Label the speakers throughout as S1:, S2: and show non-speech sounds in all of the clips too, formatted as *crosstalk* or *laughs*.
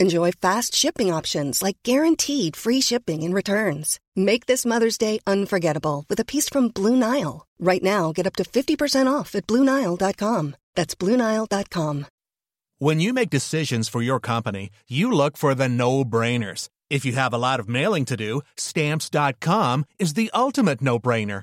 S1: Enjoy fast shipping options like guaranteed free shipping and returns. Make this Mother's Day unforgettable with a piece from Blue Nile. Right now, get up to 50% off at BlueNile.com. That's BlueNile.com.
S2: When you make decisions for your company, you look for the no brainers. If you have a lot of mailing to do, stamps.com is the ultimate no brainer.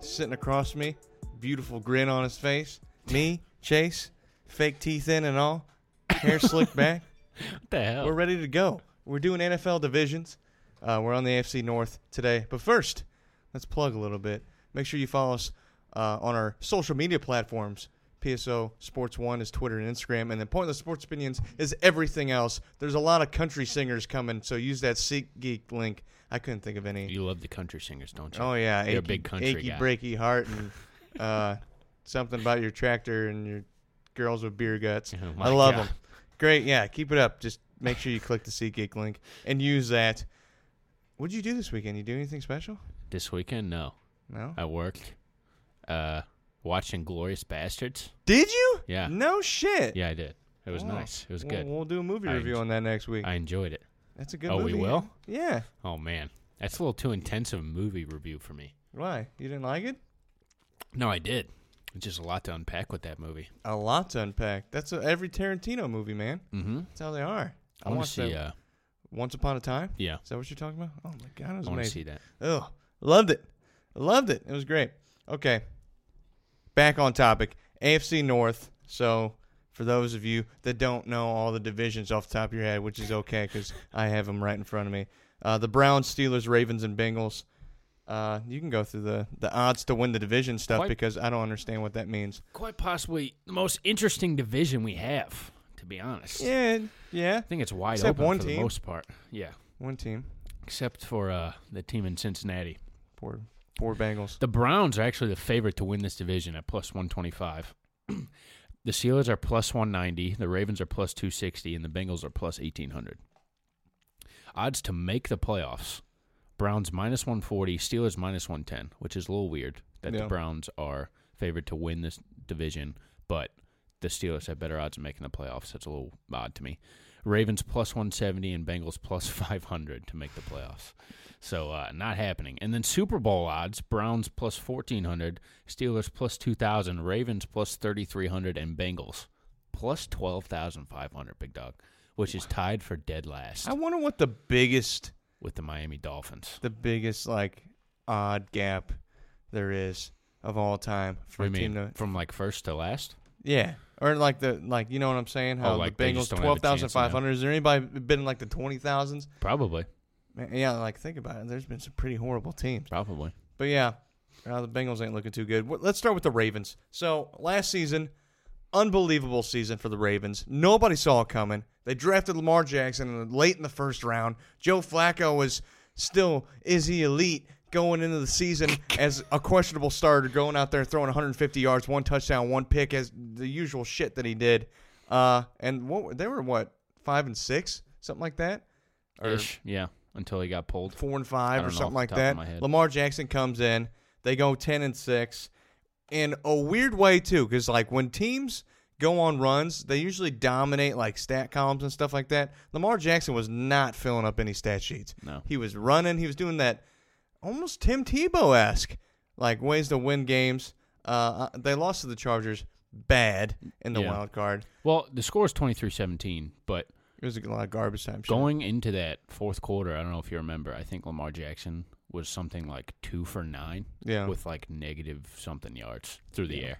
S3: sitting across me, beautiful grin on his face. Me, Chase, fake teeth in and all, hair slicked back.
S4: What the hell?
S3: We're ready to go. We're doing NFL divisions. Uh, we're on the AFC North today. But first, let's plug a little bit. Make sure you follow us uh, on our social media platforms. PSO Sports One is Twitter and Instagram, and then Pointless Sports Opinions is everything else. There's a lot of country singers coming, so use that Seek Geek link. I couldn't think of any.
S4: you love the country singers, don't you?
S3: Oh yeah,
S4: you're a big country
S3: achy,
S4: guy.
S3: breaky heart, and uh, *laughs* something about your tractor and your girls with beer guts.
S4: Oh, my
S3: I love
S4: God.
S3: them. Great, yeah, keep it up. Just make sure you click the SeatGeek link and use that. What'd you do this weekend? You do anything special?
S4: This weekend, no,
S3: No.
S4: I worked. Uh, watching Glorious Bastards.
S3: Did you?
S4: Yeah.
S3: No shit.
S4: Yeah, I did. It was
S3: Wow.
S4: nice. It was
S3: We'll-
S4: good.
S3: We'll, do a movie
S4: I
S3: review
S4: enj-
S3: on that next week.
S4: I enjoyed it.
S3: That's a good
S4: Oh, we
S3: movie.
S4: will?
S3: Yeah.
S4: Oh man, that's a little too intense of a movie review for me.
S3: Why? You didn't like it?
S4: No, I did. It's just a lot to unpack with that movie.
S3: A lot to unpack. That's a, every Tarantino movie, man.
S4: Mm-hmm.
S3: That's how they are.
S4: I want to
S3: watched
S4: see.
S3: that
S4: Uh,
S3: Once Upon a Time.
S4: yeah,
S3: Is that what you're talking about? Oh my god, it was
S4: I want to
S3: amazing.
S4: see that.
S3: Oh, loved it. Loved it. It was great. Okay. Back on topic. AFC North. So, for those of you that don't know all the divisions off the top of your head, which is okay because I have them right in front of me. Uh, the Browns, Steelers, Ravens, and Bengals. Uh, you can go through the, the odds to win the division stuff
S4: Quite-
S3: because I don't understand what that means.
S4: Quite possibly the most interesting division we have, to be honest.
S3: Yeah, yeah.
S4: I think it's wide
S3: Except
S4: open
S3: one
S4: for
S3: team.
S4: the most part. Yeah,
S3: One team.
S4: except for uh, the team in Cincinnati.
S3: Poor, poor Bengals.
S4: The Browns are actually the favorite to win this division at plus 125. *clears throat* the Steelers are plus 190. The Ravens are plus 260. And the Bengals are plus 1800. Odds to make the playoffs Browns minus 140, Steelers minus 110, which is a little weird that
S3: Yeah.
S4: the Browns are favored to win this division, but the Steelers have better odds of making the playoffs. That's a little odd to me. Ravens plus 170 and Bengals plus 500 to make the playoffs. So uh, not happening. And then Super Bowl odds: Browns plus 1400, Steelers plus 2000, Ravens plus 3300, and Bengals plus 12,500. Big dog, which is tied for dead last
S3: I wonder what the biggest
S4: with the Miami Dolphins.
S3: the biggest like odd gap there is of all time for a
S4: What do you
S3: team
S4: mean?
S3: to
S4: From like first to last?
S3: yeah or like the like you know what I'm saying how
S4: Oh, like
S3: the
S4: they just
S3: Bengals
S4: don't have a
S3: twelve thousand
S4: chance now.
S3: five hundred is there anybody been in like the twenty thousands
S4: Probably.
S3: yeah like think about it there's been some pretty horrible teams
S4: Probably.
S3: but yeah uh, the Bengals ain't looking too good Well, let's start with the Ravens so last season unbelievable season for the Ravens nobody saw it coming they drafted Lamar Jackson in the- late in the first round Joe Flacco was still is he elite going into the season as a questionable starter, going out there throwing 150 yards, one touchdown, one pick, as the usual shit that he did. Uh, and what they were what five and six, something like that, or
S4: Ish. Yeah. Until he got pulled.
S3: four and
S4: I
S3: five, or
S4: don't know off
S3: something
S4: the
S3: like
S4: top of
S3: that.
S4: my head.
S3: Lamar Jackson comes in, they go 10 and six, in a weird way too, because like when teams go on runs, they usually dominate like stat columns and stuff like that. Lamar Jackson was not filling up any stat sheets.
S4: No.
S3: He was running, he was doing that almost Tim Tebow esque, like ways to win games. Uh, they lost to the Chargers bad in the
S4: Yeah.
S3: wild card.
S4: Well, the score is 23-17, but
S3: It was a lot of garbage time. shit.
S4: going into that fourth quarter, I don't know if you remember, I think Lamar Jackson was something like 2 for 9
S3: Yeah.
S4: with like negative something yards through the air.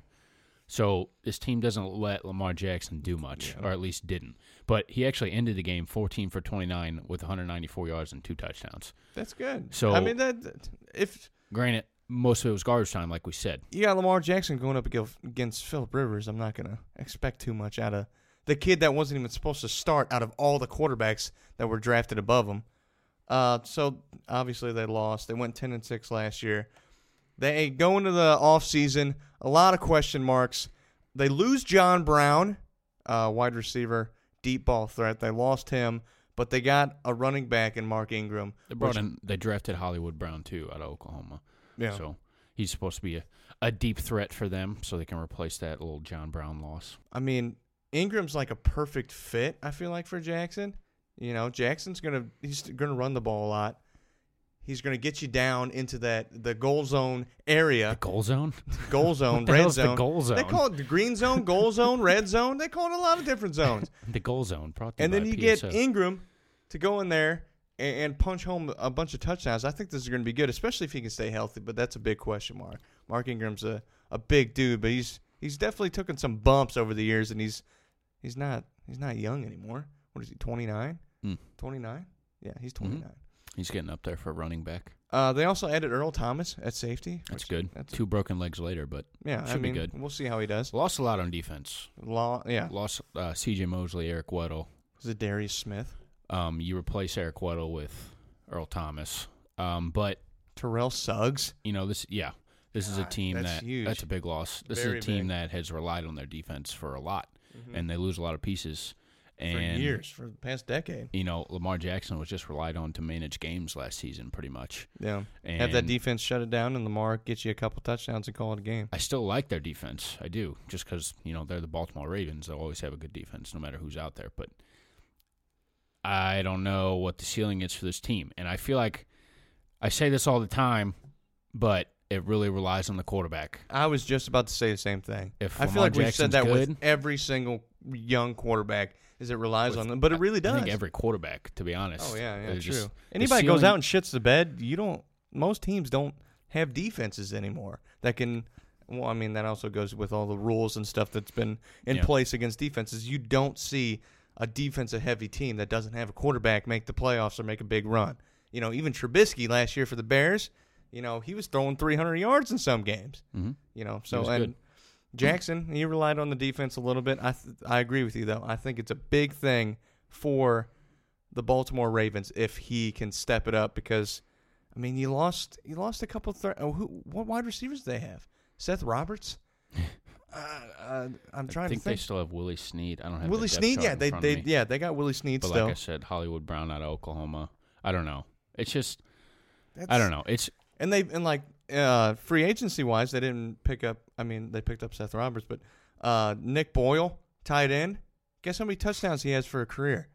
S4: So, this team doesn't let Lamar Jackson do much, or at least didn't. But he actually ended the game 14 for 29 with 194 yards and two touchdowns.
S3: That's good.
S4: So-
S3: I mean that if
S4: Granted, most of it was garbage time like we said.
S3: you got Lamar Jackson going up against- against Philip Rivers, I'm not gonna expect too much out of the kid that wasn't even supposed to start out of all the quarterbacks that were drafted above him. Uh, so obviously they lost. They went ten and six last year. They go into the offseason, a lot of question marks. They lose John Brown, uh, wide receiver, deep ball threat. They lost him, but they got a running back in Mark Ingram.
S4: They brought
S3: which-
S4: in they drafted Hollywood Brown too out of Oklahoma.
S3: Yeah.
S4: So, he's supposed to be a, a deep threat for them so they can replace that little John Brown loss.
S3: I mean, Ingram's like a perfect fit. I feel like for Jackson, you know, Jackson's gonna he's gonna run the ball a lot. He's gonna get you down into that the goal zone
S4: The
S3: area,
S4: goal zone?
S3: *laughs* goal zone,
S4: *laughs* What the
S3: red
S4: hell's the
S3: zone.
S4: goal
S3: They
S4: zone?
S3: call it the green zone, goal zone, red zone. They call it a lot of different zones.
S4: *laughs* the goal zone. Brought to
S3: And
S4: you
S3: then
S4: by
S3: you
S4: PSO.
S3: get Ingram to go in there and, and punch home a bunch of touchdowns. I think this is gonna be good, especially if he can stay healthy. But that's a big question mark. Mark Ingram's a, a big dude, but he's he's definitely taken some bumps over the years, and he's he's not he's not young anymore. What is he? Twenty nine?
S4: Hmm. Mm-hmm.
S3: Twenty nine? Yeah, he's twenty
S4: He's getting up there for a running back.
S3: Uh, they also added Earl Thomas at safety.
S4: That's
S3: which-
S4: good.
S3: That's
S4: Two broken legs later, but
S3: yeah,
S4: should
S3: I mean,
S4: be good.
S3: We'll see how he does.
S4: Lost a lot on defense.
S3: Law, yeah,
S4: Lost uh, C.J. Mosley, Eric Weddle.
S3: Zadarius Smith,
S4: Um, you replace Eric Weddle with Earl Thomas. Um, but
S3: Terrell Suggs.
S4: you know this. Yeah, this is a
S3: God,
S4: team
S3: that's
S4: that
S3: huge.
S4: that's a big loss. This
S3: Very
S4: is a team
S3: big. Mm-hmm.
S4: that has relied on their defense for a lot, and they lose a lot of pieces.
S3: for
S4: And
S3: years, for the past decade.
S4: you know, Lamar Jackson was just relied on to manage games last season, pretty much.
S3: Yeah, have that
S4: And-
S3: defense shut it down, and Lamar gets you a couple touchdowns and call it a game.
S4: I still like their defense. I do, just because you know they're the Baltimore Ravens. They'll always have a good defense, no matter who's out there. But I don't know what the ceiling is for this team, and I feel like I say this all the time, but it really relies on the quarterback.
S3: I was just about to say the same thing.
S4: If
S3: I feel
S4: Lamar
S3: like we've said
S4: Jackson's
S3: that with
S4: good-
S3: every single young quarterback, is it relies
S4: With-
S3: on them, but it really does.
S4: I think every quarterback, to be honest.
S3: oh yeah, yeah,
S4: They're
S3: true.
S4: just- the
S3: Anybody goes
S4: ceiling-
S3: out and shits the bed, you don't. Most teams don't have defenses anymore that can. Well, I mean that also goes with all the rules and stuff that's been in
S4: Yeah.
S3: place against defenses. You don't see a defensive heavy team that doesn't have a quarterback make the playoffs or make a big run. You know, even Trubisky last year for the Bears, you know, he was throwing 300 yards in some games. Mm-hmm. You know, so
S4: was
S3: and
S4: good.
S3: Jackson, he relied on the defense a little bit. I th- I agree with you though. I think it's a big thing for the Baltimore Ravens if he can step it up because I mean you lost you lost a couple thir- oh, who what wide receivers do they have? Seth Roberts?
S4: *laughs*
S3: uh, uh, I'm trying
S4: I think
S3: to
S4: they
S3: think.
S4: still have Willie Sneed. I don't have
S3: Willie
S4: the depth
S3: Snead,
S4: chart
S3: yeah,
S4: in
S3: they
S4: front of
S3: they
S4: me.
S3: yeah, they got Willie Snead
S4: But
S3: still.
S4: like I said, Hollywood Brown out of Oklahoma. I don't know. It's just I
S3: That's-
S4: don't know. It's
S3: And they and like uh, free agency wise, they didn't pick up. I mean, they picked up Seth Roberts, but uh, Nick Boyle, tight end. Guess how many touchdowns he has for a career?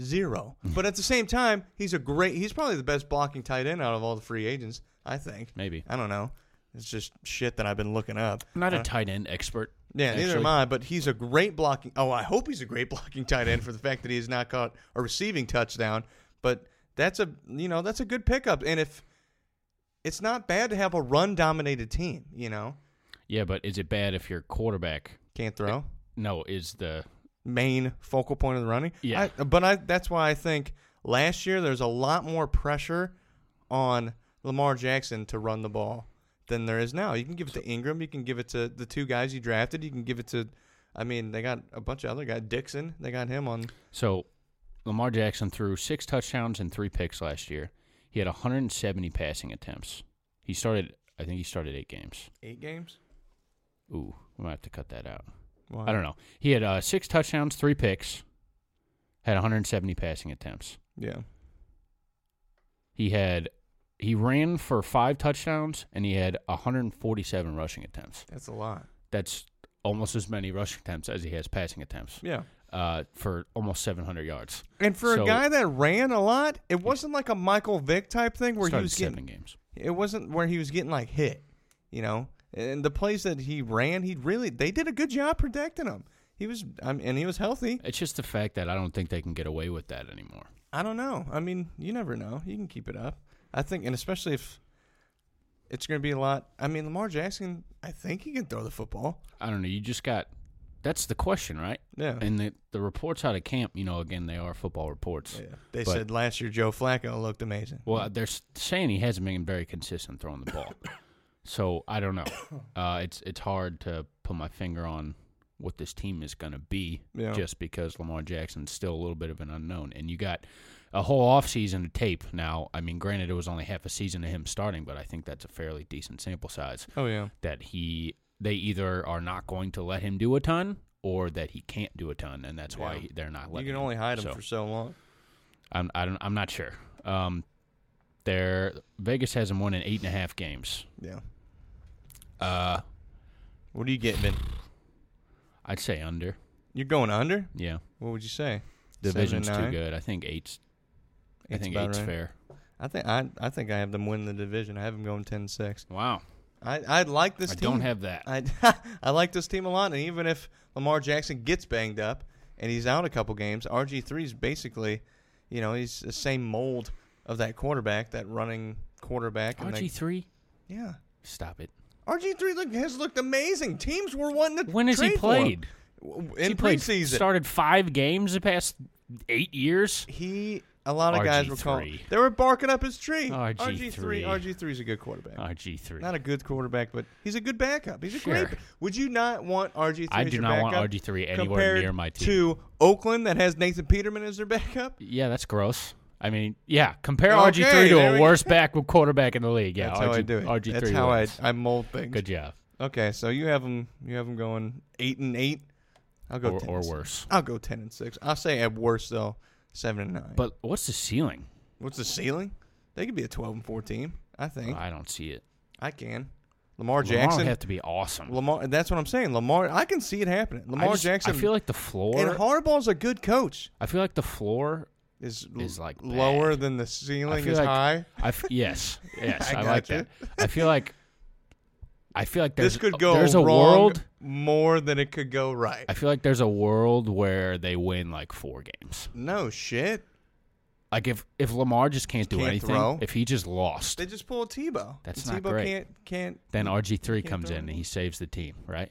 S3: Zero. but at the same time, he's a great. He's probably the best blocking tight end out of all the free agents. I think.
S4: Maybe.
S3: I don't know. It's just shit that I've been looking up.
S4: I'm not
S3: Uh,
S4: a tight end expert.
S3: yeah, neither am
S4: actually.
S3: I. But he's a great blocking. Oh, I hope he's a great *laughs* blocking tight end for the fact that he has not caught a receiving touchdown. But that's a you know that's a good pickup, and if it's not bad to have a run dominated team, you know,
S4: Yeah, but is it bad if your quarterback
S3: can't throw
S4: no is the
S3: main focal point of the running.
S4: Yeah.
S3: I, but I that's why I think last year there's a lot more pressure on Lamar Jackson to run the ball than there is now. You can give it to Ingram, you can give it to the two guys you drafted, you can give it to I mean, they got a bunch of other guys. Dixon, they got him on
S4: so Lamar Jackson threw six touchdowns and three picks last year. He had 170 passing attempts. He started, I think he started eight games.
S3: eight games.
S4: Ooh, we might have to cut that out.
S3: Wow.
S4: I don't know. He had uh, six touchdowns, three picks, had 170 passing attempts.
S3: Yeah.
S4: He had he ran for five touchdowns and he had 147 rushing attempts.
S3: That's a lot.
S4: That's almost as many rushing attempts as he has passing attempts.
S3: Yeah.
S4: Uh, for almost 700 yards.
S3: And for
S4: So-
S3: a guy that ran a lot, it wasn't like a Michael Vick type thing where he
S4: started
S3: was
S4: seven
S3: getting
S4: games.
S3: it wasn't where he was getting like hit, you know. And the plays that he ran, he really they did a good job protecting him. He was I mean, and he was healthy.
S4: It's just the fact that I don't think they can get away with that anymore.
S3: I don't know. I mean, you never know. You can keep it up. I think and especially if it's going to be a lot. I mean, Lamar Jackson, I think he can throw the football.
S4: I don't know. You just got. That's the question, right?
S3: Yeah.
S4: And the, the reports out of camp, you know, again, they are football reports.
S3: They
S4: But-
S3: said last year Joe Flacco looked amazing.
S4: Well, uh, they're s- saying he hasn't been very consistent throwing the ball. *coughs* so I
S3: *coughs*
S4: don't know. Uh, it's it's hard to put my finger on what this team is going to be
S3: Yeah.
S4: just because Lamar Jackson's still a little bit of an unknown. And you got a whole offseason of tape now. I mean, granted, it was only half a season of him starting, but I think that's a fairly decent sample size
S3: Oh yeah.
S4: that he they either are not going to let him do a ton or that he can't do a ton, and that's why
S3: Yeah.
S4: he, they're not
S3: You
S4: letting
S3: can only hide him
S4: So-
S3: for so long.
S4: I'm I don't I'm not sure. Um, there Vegas hasn't won in eight and a half games.
S3: Yeah.
S4: Uh,
S3: What do you get, Ben?
S4: I'd say under.
S3: You're going under?
S4: Yeah,
S3: What would you say?
S4: division's
S3: Seven and
S4: too
S3: nine?
S4: good. I think eight's. I
S3: Eight's
S4: think
S3: about
S4: eight's
S3: right.
S4: fair.
S3: I think I I think I have them win the division. I have them going 10-6.
S4: Wow,
S3: I I like this
S4: I
S3: team.
S4: don't have that.
S3: I *laughs* I like this team a lot and even if Lamar Jackson gets banged up and he's out a couple games, RG3's basically, you know, he's the same mold of that quarterback, that running quarterback and
S4: RG
S3: they-
S4: three.
S3: Yeah.
S4: Stop it.
S3: RG3 look, has looked amazing. Teams were wanting to
S4: When has he
S3: trade for him.
S4: played?
S3: W-
S4: He
S3: In
S4: played
S3: preseason.
S4: started five games the past eight years.
S3: he a lot of guys were calling.
S4: RG3.
S3: They were barking up his tree. RG3
S4: RG3.
S3: RG3 is a good quarterback.
S4: RG three.
S3: Not a good quarterback, but he's a good backup. He's a
S4: Sure.
S3: great. Would you not want RG3?
S4: I
S3: as
S4: do
S3: your
S4: not want
S3: backup
S4: RG3 anywhere
S3: compared
S4: near my team.
S3: To Oakland that has Nathan Peterman as their backup.
S4: Yeah, that's gross. I mean, yeah, compare RG
S3: Okay,
S4: three to
S3: there we
S4: a
S3: go.
S4: worst back *laughs* with quarterback in the league. Yeah,
S3: that's
S4: RG,
S3: how I do it.
S4: RG three.
S3: that's how
S4: wins.
S3: I I mold things.
S4: Good job.
S3: Okay, so you have them. You have them going eight and eight. I'll go
S4: Or-
S3: 10
S4: or
S3: and six.
S4: worse.
S3: I'll go ten and six. I'll say at worst though seven and nine.
S4: But what's the ceiling?
S3: what's the ceiling? They could be a twelve and four team. I think
S4: I don't see it.
S3: I can. Lamar
S4: Lamar
S3: Jackson.
S4: would have to be awesome.
S3: Lamar. That's what I'm saying. Lamar. I can see it happening.
S4: I
S3: Lamar
S4: just-
S3: Jackson.
S4: I feel like the floor.
S3: and Harbaugh's a good coach.
S4: I feel like the floor
S3: Is,
S4: Is, like,
S3: lower
S4: bad.
S3: than the
S4: I
S3: ceiling
S4: feel
S3: is
S4: like,
S3: high.
S4: I f-
S3: *laughs*
S4: yes, yes,
S3: I
S4: I, like
S3: gotcha.
S4: that. I feel like. I feel like there's,
S3: This could go
S4: there's a
S3: wrong
S4: world.
S3: more than it could go right.
S4: I feel like there's a world where they win like four games.
S3: no shit.
S4: Like if if Lamar just can't do
S3: Can't
S4: anything,
S3: throw.
S4: if he just lost,
S3: They just pulled Tebow.
S4: That's
S3: and
S4: not
S3: Tebow
S4: great.
S3: Can't can't.
S4: then RG three
S3: Can't
S4: comes
S3: throw
S4: in and he saves the team, right?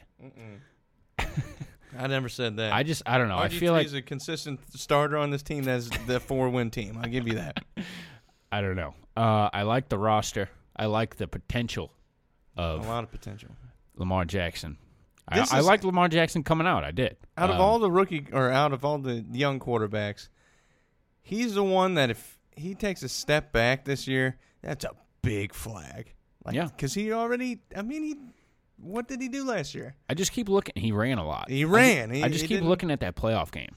S3: I never said that.
S4: I just I don't know. I feel like
S3: he's a consistent starter on this team. That's the four win team. I'll give you that.
S4: I don't know. Uh, I like the roster. I like the potential
S3: a
S4: *laughs* of
S3: lot of potential.
S4: Lamar Jackson. I,
S3: This
S4: I
S3: is-
S4: liked Lamar Jackson coming out. I did.
S3: Out of
S4: Um,
S3: all the rookie or out of all the young quarterbacks, he's the one that if he takes a step back this year, that's a big flag. Like,
S4: Yeah.
S3: because he already. I mean, he. What did he do last year?
S4: I just keep looking. He ran a lot.
S3: He
S4: I ju-
S3: ran.
S4: I,
S3: He-
S4: just
S3: he
S4: keep
S3: didn't-
S4: looking at that playoff game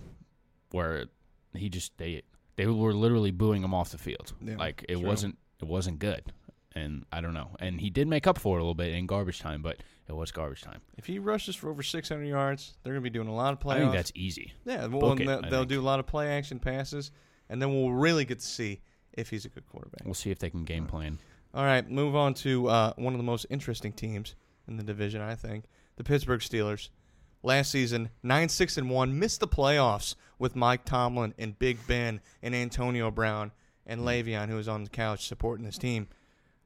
S4: where he just they they were literally booing him off the field.
S3: Yeah,
S4: like it
S3: true.
S4: wasn't it wasn't good. And I don't know. And he did make up for it a little bit in garbage time, but it was garbage time.
S3: If he rushes for over 600 yards, they're going to be doing a lot of playoffs.
S4: I think that's easy.
S3: Yeah, well, and
S4: Book it,
S3: they'll,
S4: I
S3: they'll
S4: think.
S3: do a lot of play action passes, and then we'll really get to see if he's a good quarterback.
S4: We'll see if they can game plan.
S3: All right, move on to uh, one of the most interesting teams in the division, I think, the Pittsburgh Steelers. Last season, nine six and one, missed the playoffs with Mike Tomlin and Big Ben and Antonio Brown and Le'Veon, who was on the couch supporting his team.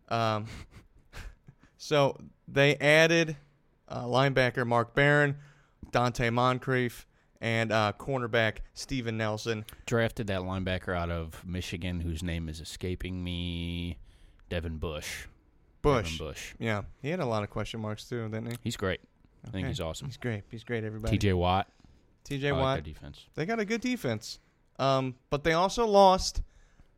S3: Um, *laughs* so they added uh, linebacker Mark Barron, Dante Moncrief, and uh, cornerback Steven Nelson.
S4: Drafted that linebacker out of Michigan, whose name is escaping me, Devin Bush.
S3: Bush.
S4: Devin Bush.
S3: Yeah, he had a lot of question marks too, didn't he?
S4: He's great. I think
S3: Okay.
S4: he's awesome.
S3: He's great. He's great. Everybody.
S4: T.J. Watt.
S3: TJ
S4: I like
S3: Watt.
S4: their defense.
S3: they got a good defense. Um, but they also lost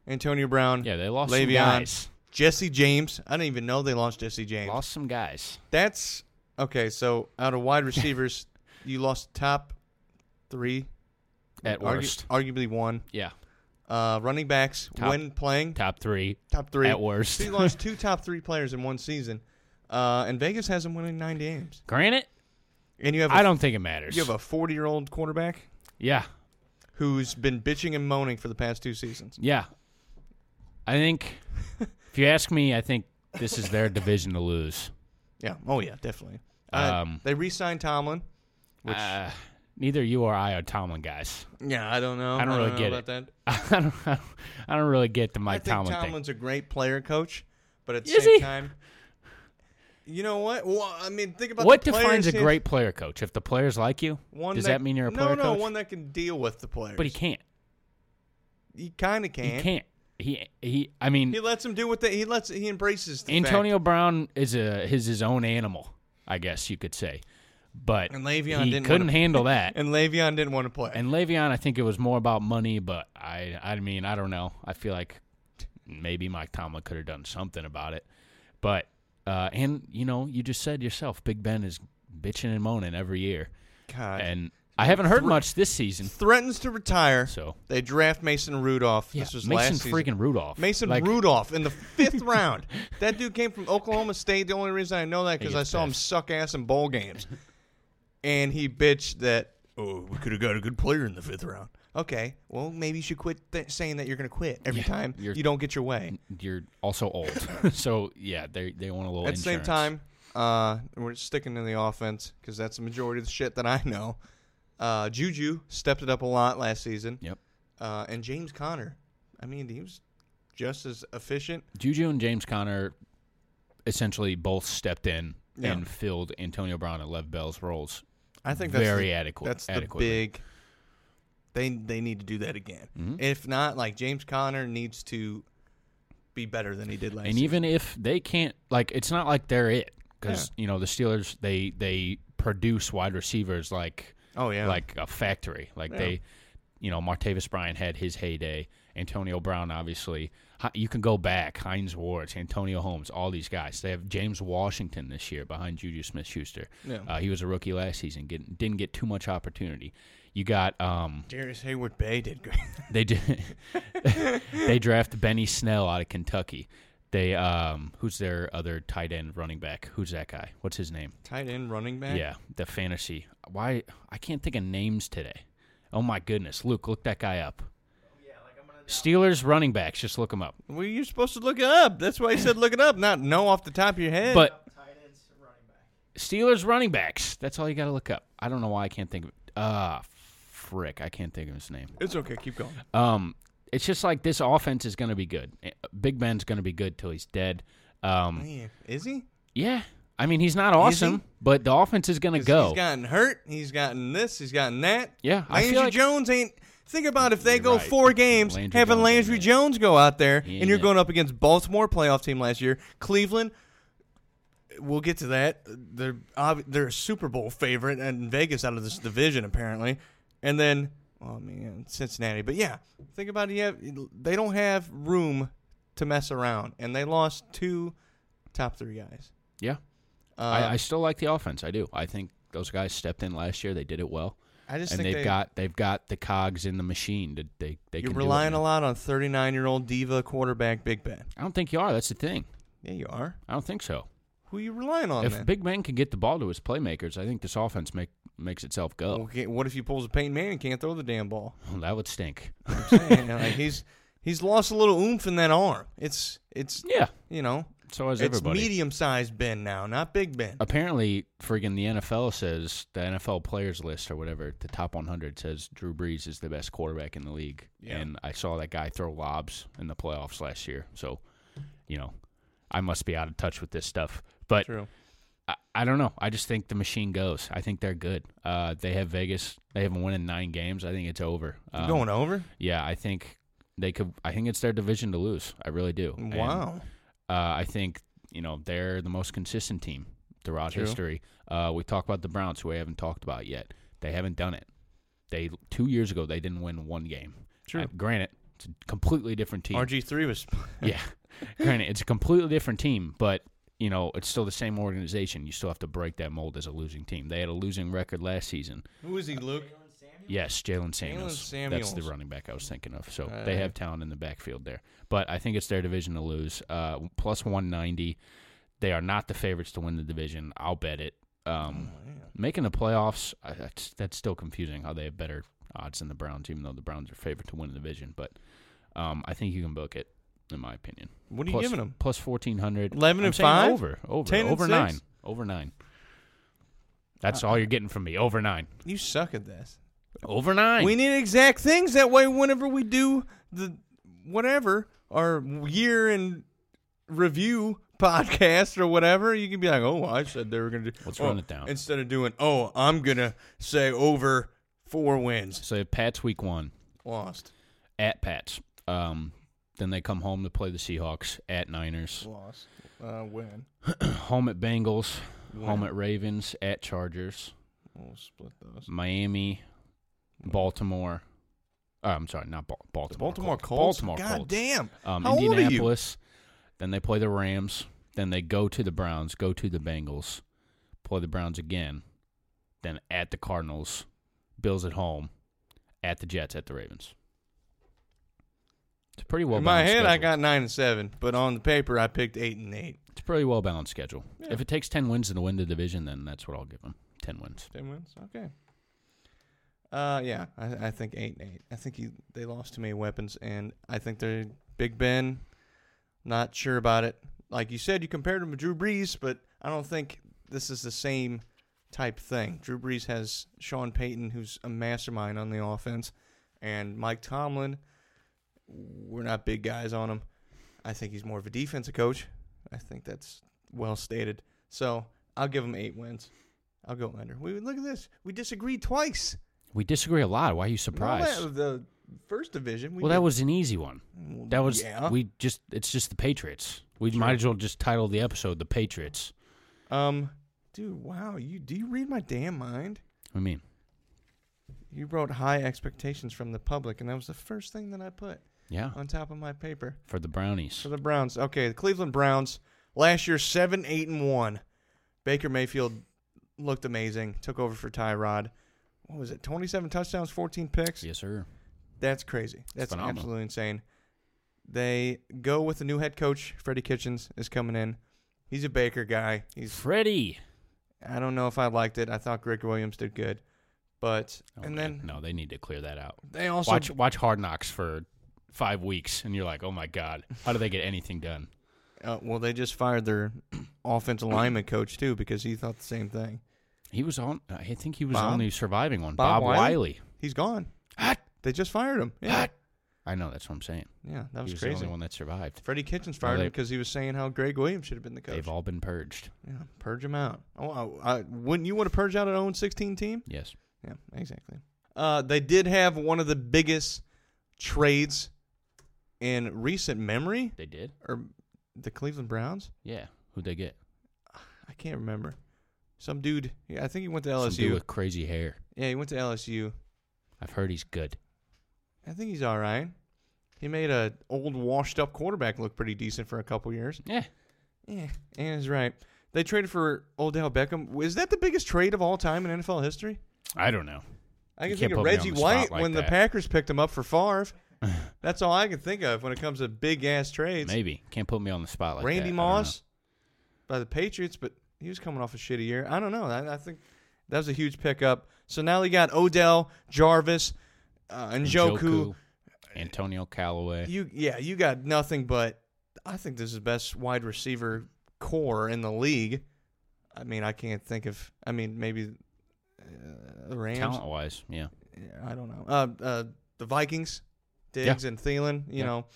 S3: Antonio Brown.
S4: Yeah, they lost some
S3: Le'Veon,
S4: guys.
S3: Jesse James. I didn't even know they lost Jesse James.
S4: Lost some guys.
S3: That's okay. So out of
S4: *laughs*
S3: wide receivers, you lost top three
S4: At
S3: argu-
S4: worst.
S3: arguably one.
S4: Yeah.
S3: Uh, running backs
S4: Top-
S3: when playing
S4: Top three.
S3: top three
S4: at worst.
S3: So you
S4: *laughs*
S3: lost two top three players in one season. Uh, and Vegas has them winning nine games.
S4: Granted,
S3: And you have a,
S4: I don't think it matters.
S3: you have a 40 year old quarterback
S4: yeah,
S3: who's been bitching and moaning for the past two seasons.
S4: yeah.
S3: *laughs*
S4: I think if you ask me, I think this is their division to lose.
S3: Yeah. Oh yeah, definitely. Uh,
S4: Um,
S3: they re-signed Tomlin. Which
S4: Uh, neither you or I are Tomlin guys. *laughs*
S3: yeah, I don't know.
S4: I don't really
S3: know
S4: get
S3: about That.
S4: it. I don't, I don't- I don't really get the
S3: I
S4: Mike
S3: think
S4: Tomlin
S3: Tomlin's a great player coach, but at the
S4: Is
S3: same
S4: he?
S3: time, you know what? Well, I mean, think about
S4: thing. What
S3: the players
S4: defines a
S3: here.
S4: great player coach? If the players like you,
S3: One
S4: does
S3: that,
S4: that, mean you're a
S3: no,
S4: player
S3: no,
S4: coach?
S3: one that can deal with the players.
S4: but he can't.
S3: He kind of can.
S4: He can't. He he. I mean,
S3: He lets him do what they. He lets. He embraces the
S4: Antonio
S3: fact.
S4: Brown is a his his own animal, I guess you could say. But
S3: And Le'Veon
S4: he
S3: didn't
S4: couldn't
S3: wanna-
S4: handle that. and,
S3: *laughs* and Le'Veon didn't want to play.
S4: Le'Veon, I think it was more about money. But I I mean I don't know. I feel like maybe Mike Tomlin could have done something about it. But uh, and you know you just said yourself, Big Ben is bitching and moaning every year,
S3: God.
S4: and I haven't heard much this season.
S3: threatens to retire.
S4: So
S3: They draft Mason Rudolph.
S4: yeah,
S3: this was
S4: Mason
S3: last
S4: freaking
S3: season.
S4: Rudolph.
S3: Mason
S4: Like,
S3: Rudolph in the
S4: *laughs*
S3: fifth round. That dude came from Oklahoma State. The only reason I know that
S4: He
S3: because I
S4: gets
S3: saw him
S4: pissed.
S3: suck ass in bowl games, and he bitched that. Oh, we could have got a good player in the fifth round. Okay, well maybe you should quit th- saying that you're going to quit every
S4: Yeah,
S3: time
S4: you're-
S3: you don't get your way.
S4: You're also old, *laughs* so yeah, they they want a little.
S3: At the same
S4: insurance.
S3: time, uh, we're sticking to the offense because that's the majority of the shit that I know. Uh, Juju stepped it up a lot last season.
S4: Yep.
S3: Uh, and James Conner, I mean, he was just as efficient.
S4: Juju and James Conner essentially both stepped in
S3: Yeah.
S4: and filled Antonio Brown and Lev Bell's roles.
S3: I think that's
S4: Very
S3: the,
S4: adequate-
S3: That's
S4: adequately.
S3: the big. They they need to do that again.
S4: Mm-hmm.
S3: If not, like James Conner needs to be better than he did last.
S4: and
S3: season.
S4: even if they can't, like, it's not like they're it because
S3: Yeah.
S4: you know the Steelers they they produce wide receivers like
S3: oh yeah,
S4: like a factory. Like
S3: Yeah.
S4: they, you know, Martavis Bryant had his heyday. Antonio Brown, obviously, Hi- you can go back. Heinz Ward, Antonio Holmes, all these guys. They have James Washington this year behind Juju Smith-Schuster.
S3: Yeah.
S4: Uh, he was a rookie last season. Get, didn't get too much opportunity. You got um, *laughs*
S3: Darius Hayward Bay did great. *laughs*
S4: they did. *laughs* they draft Benny Snell out of Kentucky. They um, who's their other tight end running back? Who's that guy? What's his name?
S3: Tight end, running back.
S4: Yeah, the fantasy. Why I can't think of names today. Oh my goodness, Luke, look that guy up. Steelers running backs, just look him up.
S3: Well, you're supposed to look it up. That's why I said look it up, not know off the top of your head.
S4: But Steelers running backs. That's all you got to look up. I don't know why I can't think of. Ah, frick, I can't think of his name.
S3: it's okay. Keep going.
S4: Um, it's just like this offense is going to be good. Eh, Big Ben's going to be good till he's dead. Um,
S3: Man, is he?
S4: yeah, I mean he's not
S3: Is he?
S4: awesome, but the offense is going to
S3: 'Cause
S4: go.
S3: He's gotten hurt. He's gotten this. He's gotten that.
S4: Yeah, I
S3: Landry
S4: feel like-
S3: Jones ain't. Think about if they
S4: You're
S3: go
S4: right.
S3: four games,
S4: Landry
S3: having
S4: Jones ain't
S3: Landry
S4: it.
S3: Jones go out there,
S4: He
S3: and you're
S4: ain't it.
S3: going up against Baltimore playoff team last year, Cleveland. We'll get to that. They're ob- they're a Super Bowl favorite and Vegas out of this division apparently, and then oh man Cincinnati. But yeah, think about it. You have, they don't have room to mess around, and they lost two top three guys.
S4: yeah,
S3: Uh,
S4: I, I still like the offense. I do. I think those guys stepped in last year. They did it well.
S3: I just
S4: and
S3: think
S4: they've
S3: they-
S4: got they've got the cogs in the machine. That they they
S3: You're
S4: can do it
S3: relying a
S4: now.
S3: lot on 39 year old diva quarterback Big Ben.
S4: I don't think you are. That's the thing.
S3: Yeah, you are.
S4: I don't think so.
S3: Who you relying on
S4: if
S3: then?
S4: Big Ben can get the ball to his playmakers, I think this offense make makes itself go.
S3: Okay, what if he pulls a Peyton Manning and can't throw the damn *laughs* ball?
S4: that would stink.
S3: I'm saying, like, he's he's lost a little oomph in that arm. It's it's
S4: *laughs* yeah.
S3: you know
S4: So is
S3: it's
S4: everybody.
S3: medium sized Ben now, not Big Ben.
S4: Apparently, friggin' the NFL says the NFL players list or whatever, the top 100 says Drew Brees is the best quarterback in the league.
S3: Yeah.
S4: And I saw that guy throw lobs in the playoffs last year. So, you know, I must be out of touch with this stuff. But
S3: True.
S4: I, I don't know. I just think the machine goes. I think they're good. Uh, they have Vegas. They haven't won in nine games. I think it's over. Um,
S3: Going over?
S4: Yeah, I think they could. I think it's their division to lose. I really do. And,
S3: Wow.
S4: uh, I think you know they're the most consistent team throughout
S3: True.
S4: history. Uh, we talk about the Browns, who we haven't talked about yet. They haven't done it. They two years ago they didn't win one game.
S3: True.
S4: Uh, granted, it's a completely different team.
S3: RG three was
S4: *laughs*
S3: *laughs*
S4: yeah. Granted, it's a completely different team, but you know it's still the same organization. You still have to break that mold as a losing team. They had a losing record last season.
S3: who is he, Luke?
S4: Yes, Jalen Samuels. That's
S3: Samuels.
S4: the running back I was thinking of. So
S3: Uh,
S4: they have talent in the backfield there, but I think it's their division to lose. Uh, plus one ninety. They are not the favorites to win the division. I'll bet it. Um,
S3: Oh,
S4: making the playoffs, I, that's, that's still confusing how they have better odds than the Browns, even though the Browns are favored to win the division. But um, I think you can book it, in my opinion.
S3: What are you
S4: Plus-
S3: giving 'em?
S4: Plus 1,400.
S3: 11
S4: I'm
S3: and
S4: saying
S3: five?
S4: Over, over,
S3: 10 and
S4: over
S3: six?
S4: nine. Over nine. That's all you're getting from me. Over nine.
S3: You suck at this.
S4: Over nine.
S3: We need exact things. That way, whenever we do the whatever our year in review *laughs* podcast or whatever, you can be like, "Oh, I said they were going to do."
S4: Let's
S3: oh,
S4: run it down.
S3: instead of doing, "Oh, I'm going to say over four wins
S4: so Pats week one.
S3: lost."
S4: at Pats. Um, then they come home to play the Seahawks at Niners,
S3: Lost. Uh, win.
S4: home at Bengals, home at Ravens, at Chargers,
S3: We'll split those.
S4: Miami, Baltimore. Oh, I'm sorry, not Bal-
S3: The
S4: Baltimore.
S3: Baltimore Colts.
S4: Colts. Baltimore
S3: God
S4: Colts.
S3: damn.
S4: Um,
S3: How old are you?
S4: Indianapolis. Then they play the Rams. Then they go to the Browns. Go to the Bengals. Play the Browns again. Then at the Cardinals. Bills at home. At the Jets. At the Ravens. It's a pretty well.
S3: in my
S4: balanced
S3: head, I
S4: schedule.
S3: got nine and seven, but on the paper, I picked eight and eight.
S4: It's a pretty well balanced schedule. If it takes 10 wins to win the division, then that's what I'll give them 10 wins.
S3: Ten wins. Okay. Uh, yeah, I, I think eight and eight. I think you they lost too many weapons, and I think they're Big Ben. Not sure about it. Like you said, you compared him to Drew Brees, but I don't think this is the same type thing. Drew Brees has Sean Payton, who's a mastermind on the offense, and Mike Tomlin. We're not big guys on him. I think he's more of a defensive coach. I think that's well stated. So I'll give him eight wins. I'll go under. We look at this. We disagreed twice.
S4: We disagree a lot. Why are you surprised?
S3: Well, that- the first division. We
S4: well, that
S3: did- Mm,
S4: was an easy one. That was
S3: yeah.
S4: we just it's just the Patriots. We might as well just title the episode "The Patriots."
S3: um, dude. Wow, you do you read my damn mind?
S4: I mean,
S3: You wrote high expectations from the public, and that was the first thing that I put
S4: yeah,
S3: on top of my paper
S4: for the Brownies.
S3: for the Browns. Okay, the Cleveland Browns last year seven, eight, and one. Baker Mayfield looked amazing. Took over for Tyrod. What was it? Twenty-seven touchdowns, fourteen picks.
S4: Yes, sir.
S3: That's crazy. That's
S4: phenomenal.
S3: absolutely insane. They go with the new head coach. Freddie Kitchens is coming in. He's a Baker guy. He's
S4: Freddie.
S3: I don't know if I liked it. I thought Greg Williams did good, but
S4: Oh,
S3: and
S4: man.
S3: then
S4: no, they need to clear that out.
S3: they also
S4: watch watch Hard Knocks for five weeks, and you're like, oh my god, how do they get anything done?
S3: uh, well they just fired their *clears throat* offensive lineman coach too because he thought the same thing.
S4: He was on. uh, I think he was
S3: Bob?
S4: only surviving one.
S3: Bob
S4: Bob,
S3: Wiley?
S4: Wiley.
S3: He's gone.
S4: Hot,
S3: They just fired him. Yeah,
S4: hot. I know that's what I'm saying.
S3: yeah, that was,
S4: he was the
S3: crazy.
S4: only one that survived.
S3: Freddie Kitchens fired
S4: they-
S3: him because he was saying how Greg Williams should have been the coach.
S4: They've all been purged.
S3: yeah, purge him out. Oh, I, I, wouldn't you want to purge out an 0-16 team?
S4: Yes.
S3: Yeah, exactly. Uh, they did have one of the biggest trades in recent memory,
S4: They did?
S3: or the Cleveland Browns.
S4: Yeah. Who'd they get?
S3: I can't remember. Some dude. Yeah, I think he went to
S4: Some dude
S3: LSU.
S4: with crazy hair.
S3: Yeah, he went to LSU.
S4: I've heard he's good.
S3: I think he's all right. He made a old washed up quarterback look pretty decent for a couple years.
S4: Yeah.
S3: Yeah, and he's right. They traded for Odell Beckham. Is that the biggest trade of all time in NFL history?
S4: I don't know.
S3: I
S4: You
S3: can think
S4: can't
S3: of
S4: put me on
S3: Reggie
S4: the
S3: White
S4: spot like
S3: when the
S4: that.
S3: Packers picked him up for
S4: *laughs*
S3: Favre. That's all I can think of when it comes to big ass trades.
S4: Maybe. Can't put me on the spot like that. I
S3: Randy
S4: don't
S3: Moss by the Patriots, but he was coming off a shitty year. I don't know. I, I think that was a huge pickup. So now they got Odell, Jarvis, uh,
S4: know.
S3: and Joku.
S4: Njoku, Antonio Callaway.
S3: You yeah, you got nothing but I think this is the best wide receiver core in the league. I mean, I can't think of. I mean, maybe uh, the Rams.
S4: Talent wise, yeah.
S3: Yeah, I don't know. Uh, uh, the Vikings, Diggs and Thielen, you
S4: Yeah.
S3: know.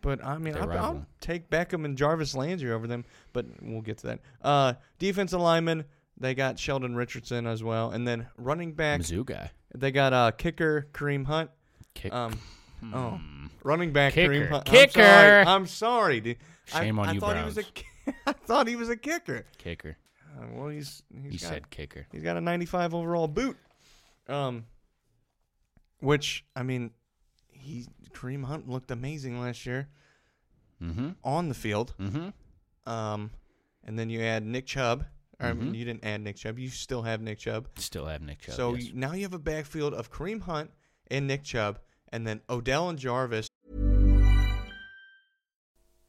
S3: But I mean,
S4: They
S3: I'll,
S4: rival
S3: I'll
S4: them.
S3: take Beckham and Jarvis Landry over them. But we'll get to that. Uh, defensive lineman, they got Sheldon Richardson as well, and then running back,
S4: Mizzou guy.
S3: they got uh, kicker Kareem Hunt.
S4: Kick.
S3: Um, oh, running back Kareem
S4: Hmm. Kicker.
S3: Hunt.
S4: Kicker!
S3: I'm sorry, I'm sorry dude.
S4: Shame
S3: I,
S4: on
S3: I
S4: you,
S3: thought He was a, ki- *laughs* I thought he was a kicker.
S4: kicker.
S3: Uh, well, he's he's
S4: You
S3: got-
S4: said kicker.
S3: He's got a 95 overall boot. Um, which I mean, he Kareem Hunt looked amazing last year
S4: Mm-hmm.
S3: on the field.
S4: Mm-hmm.
S3: Um, and then you add Nick Chubb. Or, I mean, you didn't add Nick Chubb. You still have Nick Chubb.
S4: Still have Mm-hmm. Nick Chubb.
S3: so
S4: yes.
S3: you, now you have a backfield of Kareem Hunt and Nick Chubb, and then Odell and Jarvis.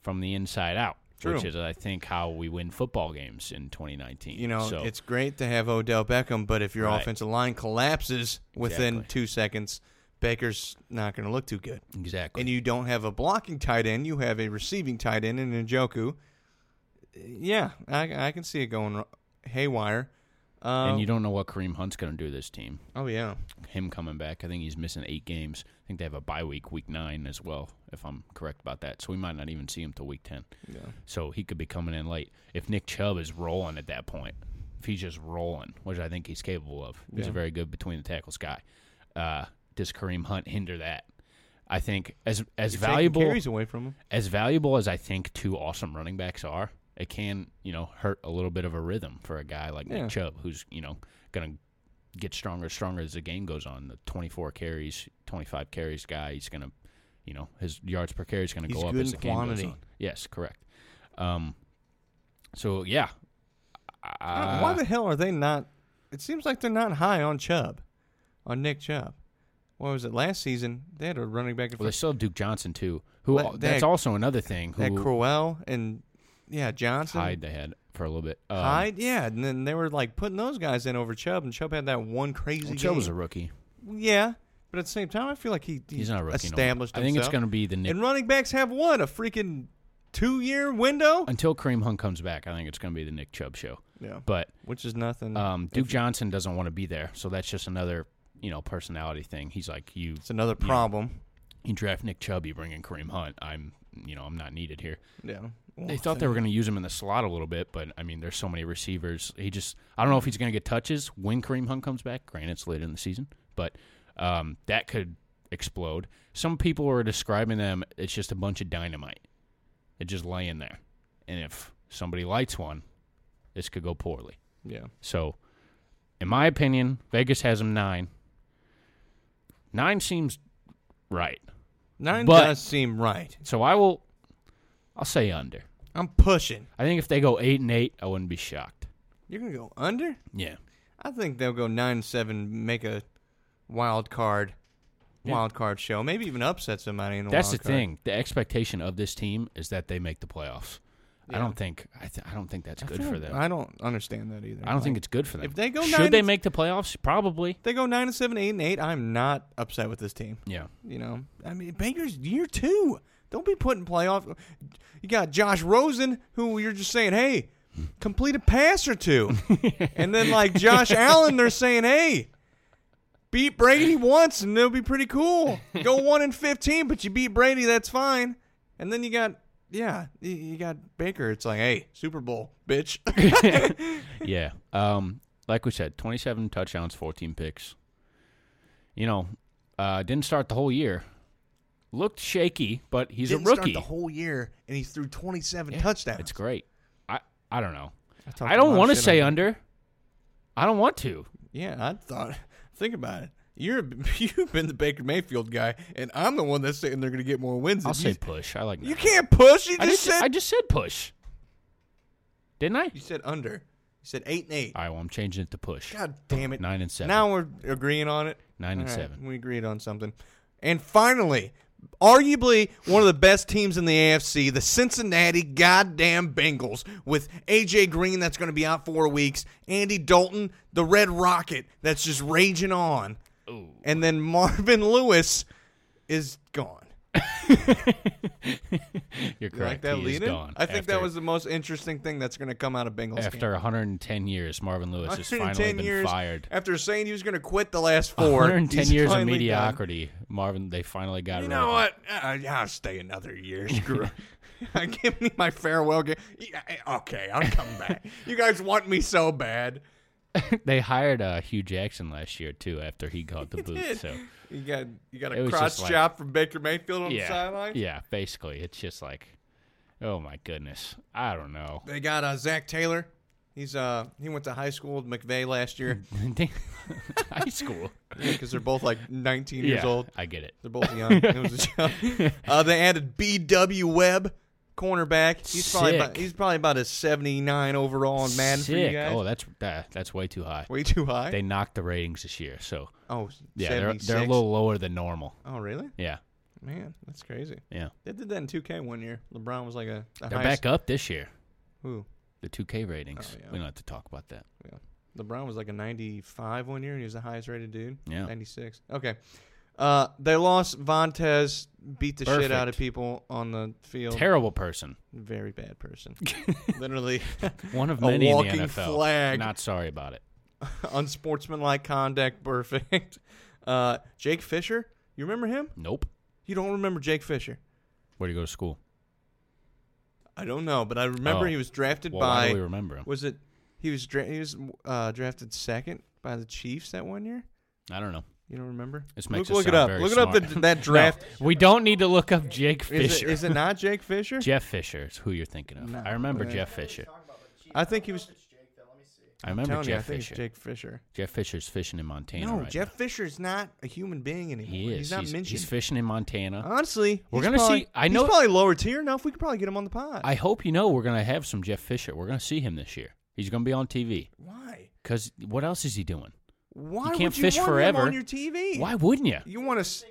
S4: from the inside out, which
S3: True.
S4: is, I think, how we win football games in 2019.
S3: You know,
S4: so,
S3: it's great to have Odell Beckham, but if your
S4: Right.
S3: offensive line collapses within
S4: Exactly.
S3: two seconds, Baker's not going to look too good.
S4: exactly.
S3: and you don't have a blocking tight end, you have a receiving tight end in Njoku. Yeah, I, I can see it going ro- haywire. Um,
S4: and you don't know what Kareem Hunt's going to do to this team.
S3: oh yeah,
S4: Him coming back, I think he's missing eight games. I think they have a bye week, week nine as well, if I'm correct about that. So we might not even see him till week 10.
S3: yeah,
S4: So he could be coming in late. If Nick Chubb is rolling at that point, if he's just rolling, which I think he's capable of, he's
S3: Yeah.
S4: a very good between the tackles guy. Uh, does Kareem Hunt hinder that? I think as as
S3: You're taking
S4: valuable
S3: carries away from him.
S4: as valuable as I think two awesome running backs are, it can you know hurt a little bit of a rhythm for a guy like
S3: Yeah.
S4: Nick Chubb, who's you know gonna get stronger and stronger as the game goes on. The 24 carries, 25 carries guy, he's gonna you know his yards per carry is gonna
S3: He's
S4: go up
S3: good
S4: as
S3: in
S4: the game goes
S3: quantity.
S4: on. Yes, correct. Um, so yeah,
S3: Uh, Why the hell are they not? It seems like they're not high on Chubb, on Nick Chubb. What was it last season? They had a running back. in
S4: well they
S3: front-
S4: still have Duke Johnson too, who
S3: Well, they
S4: that's
S3: had-
S4: also another thing
S3: they had
S4: who
S3: Crowell and yeah Johnson.
S4: Hyde they had for a little bit. Um,
S3: Hyde, yeah, and then they were like putting those guys in over Chubb, and Chubb had that one crazy.
S4: well, Chubb was
S3: game.
S4: a rookie.
S3: Yeah, but at the same time, I feel like he, he
S4: He's not a rookie. no more.
S3: established.
S4: I think it's
S3: himself.
S4: going to be the Nick
S3: And running backs have what a freaking two year window.
S4: until Kareem Hunt comes back, I think it's going to be the Nick Chubb show.
S3: Yeah, Mm,
S4: But
S3: which is nothing.
S4: um, Duke Johnson doesn't want to be there, so that's just another you know personality thing. He's like you.
S3: it's another problem.
S4: You draft Nick Chubb, you bring in Kareem Hunt. I'm you know I'm not needed here.
S3: Yeah,
S4: They thought they were going to use him in the slot a little bit, but I mean, there's so many receivers. He just I don't know if he's going to get touches when Kareem Hunt comes back. Granted, it's later in the season, but um, that could explode. Some people are describing them. It's just a bunch of dynamite. It just laying there, and if somebody lights one, this could go poorly.
S3: Yeah,
S4: So, in my opinion, Vegas has him nine. Nine seems right.
S3: nine
S4: But-
S3: does seem right.
S4: So I will, I'll say under.
S3: I'm pushing.
S4: I think if they go eight and eight, I wouldn't be shocked.
S3: You're gonna go under?
S4: Yeah.
S3: I think they'll go nine seven, make a wild card,
S4: Yeah.
S3: wild card show. Maybe even upset somebody in the.
S4: That's the
S3: wild card.
S4: thing. The expectation of this team is that they make the playoffs.
S3: Yeah.
S4: I don't think I, th- I don't think that's
S3: I
S4: good
S3: feel-
S4: for them. I,
S3: I don't understand that either.
S4: don't think
S3: Like,
S4: it's good for them.
S3: if they go nine
S4: should they
S3: and-
S4: make the playoffs? Probably.
S3: They go nine and seven, eight and eight. I'm not upset with this team.
S4: Yeah.
S3: You know, I mean, Baker's year two. Don't be putting playoff. You got Josh Rosen, who you're just saying, hey, complete a pass or
S4: *laughs*
S3: two. and then, like, Josh Allen, they're saying, hey, beat Brady once and it'll be pretty cool. Go
S4: *laughs*
S3: 1 and 15, but you beat Brady, that's fine. And then you got, yeah, you- you got Baker. It's like, hey, Super Bowl, bitch.
S4: *laughs* yeah. Um, like we said, 27 touchdowns, 14 picks. You know, uh, didn't start the whole year. Looked shaky, but he's
S3: Didn't
S4: a
S3: Start
S4: rookie.
S3: the whole year, and he threw 27
S4: Yeah,
S3: touchdowns.
S4: It's great. I I don't know.
S3: talked
S4: I
S3: a lot
S4: don't
S3: of
S4: want to
S3: shit
S4: say
S3: on-
S4: under. I don't want to.
S3: Yeah, I thought. *laughs* Think about it. You're *laughs* you've been the Baker Mayfield guy, and I'm the one that's saying they're going to get more wins.
S4: I'll
S3: And
S4: say
S3: you,
S4: push. I like.
S3: you
S4: that.
S3: can't push. You
S4: I
S3: just,
S4: just
S3: said
S4: I just said push. Didn't I?
S3: you said under. You said eight and eight.
S4: All right. Well, I'm changing it to push.
S3: God damn it!
S4: Nine and seven.
S3: Now we're agreeing on it.
S4: Nine and
S3: All right,
S4: seven.
S3: We agreed on something. And finally, arguably one of the best teams in the AFC, the Cincinnati goddamn Bengals, with AJ Green that's going to be out four weeks, Andy Dalton, the Red Rocket that's just raging on, and then Marvin Lewis is gone.
S4: *laughs* You're correct.
S3: You like that
S4: he is
S3: lead-in?
S4: gone.
S3: I think that
S4: After-
S3: was the most interesting thing that's going to come out of Bengals.
S4: after
S3: camp.
S4: 110 years. Marvin Lewis has
S3: 110
S4: finally been
S3: years
S4: fired.
S3: After saying he was going to quit the last
S4: *laughs*
S3: four,
S4: 110
S3: he's
S4: years of
S3: finally done.
S4: mediocrity. Marvin, they finally got
S3: You
S4: rid of
S3: know
S4: him.
S3: what? Uh, I'll stay another year. Screw it. *laughs*
S4: *laughs*
S3: Give me my farewell game. Yeah, eh, Okay, I'll come back. You guys want me so bad.
S4: *laughs* they hired uh, Hugh Jackson last year too after
S3: *laughs*
S4: he got the boot. So
S3: You got you got
S4: It
S3: a
S4: was
S3: crotch
S4: just like-
S3: chop from Baker Mayfield on the
S4: yeah,
S3: sideline.
S4: yeah. Basically, it's just like, oh my goodness, I don't know.
S3: They got uh, Zach Taylor. He's uh he went to high school with McVay last
S4: *laughs*
S3: year
S4: High school.
S3: because they're both like 19 years
S4: Yeah,
S3: old.
S4: I get it.
S3: They're both young. it was a
S4: *laughs*
S3: joke. Uh, they added B.W. Webb, cornerback. He's probably about,
S4: Sick.
S3: he's probably about a 79 overall on Madden for you
S4: Sick.
S3: guys.
S4: Oh, that's that, that's way too high.
S3: Way too high.
S4: They knocked the ratings this year, so
S3: oh,
S4: yeah, they're,
S3: 76.
S4: they're a little lower than normal.
S3: Oh, really?
S4: Yeah,
S3: Man, that's crazy.
S4: yeah.
S3: They did that in 2K one year. LeBron was like a, the
S4: They're
S3: highest.
S4: back up this year.
S3: Ooh,
S4: The 2K ratings.
S3: yeah.
S4: We don't have to talk about that.
S3: yeah. LeBron was like a 95 one year, and he was the highest rated dude.
S4: Yeah.
S3: 96. Okay. Uh, they lost. Vontez beat the shit out of
S4: Perfect.
S3: people on the field.
S4: Terrible person.
S3: Very bad
S4: *laughs*
S3: person. Literally.
S4: One of
S3: A
S4: many in
S3: walking
S4: the NFL.
S3: flag.
S4: Not sorry about it.
S3: *laughs* unsportsmanlike conduct, perfect. *laughs* Uh, Jake Fisher, you remember him?
S4: Nope.
S3: You don't remember Jake Fisher?
S4: Where do you go to school?
S3: I don't know, but I remember
S4: Oh.
S3: he was drafted
S4: Well, why
S3: by.
S4: do we remember him?
S3: Was it he was dra- he was uh, drafted second by the Chiefs that one year?
S4: I don't know.
S3: You don't remember?
S4: This makes
S3: look, look
S4: us
S3: it
S4: sound
S3: up.
S4: very
S3: Look it up.
S4: smart.
S3: The, that
S4: *laughs* No,
S3: draft.
S4: we don't need to look up Jake
S3: Is,
S4: Fisher.
S3: it, is
S4: *laughs*
S3: it not Jake Fisher?
S4: Jeff Fisher is who you're thinking of.
S3: No,
S4: I remember
S3: man.
S4: Jeff Fisher.
S3: I think he was.
S4: I
S3: I'm
S4: remember
S3: telling you, I
S4: Jeff
S3: think
S4: Fisher.
S3: it's Jake Fisher.
S4: Jeff Fisher's fishing in Montana.
S3: no,
S4: right
S3: Jeff Fisher is not a human being
S4: now.
S3: anymore.
S4: He is.
S3: He's not
S4: he's,
S3: mentioned.
S4: he's fishing in Montana.
S3: Honestly,
S4: We're
S3: he's
S4: gonna
S3: probably-
S4: see- I know-
S3: he's probably lower tier enough. We could probably get him on the pod.
S4: I hope you know we're gonna have some Jeff Fisher. We're gonna see him this year. He's gonna be on TV.
S3: Why?
S4: Cause what else is he doing?
S3: Why
S4: you can't
S3: would you
S4: fish
S3: want
S4: forever
S3: him on your TV?
S4: Why wouldn't you?
S3: You want to?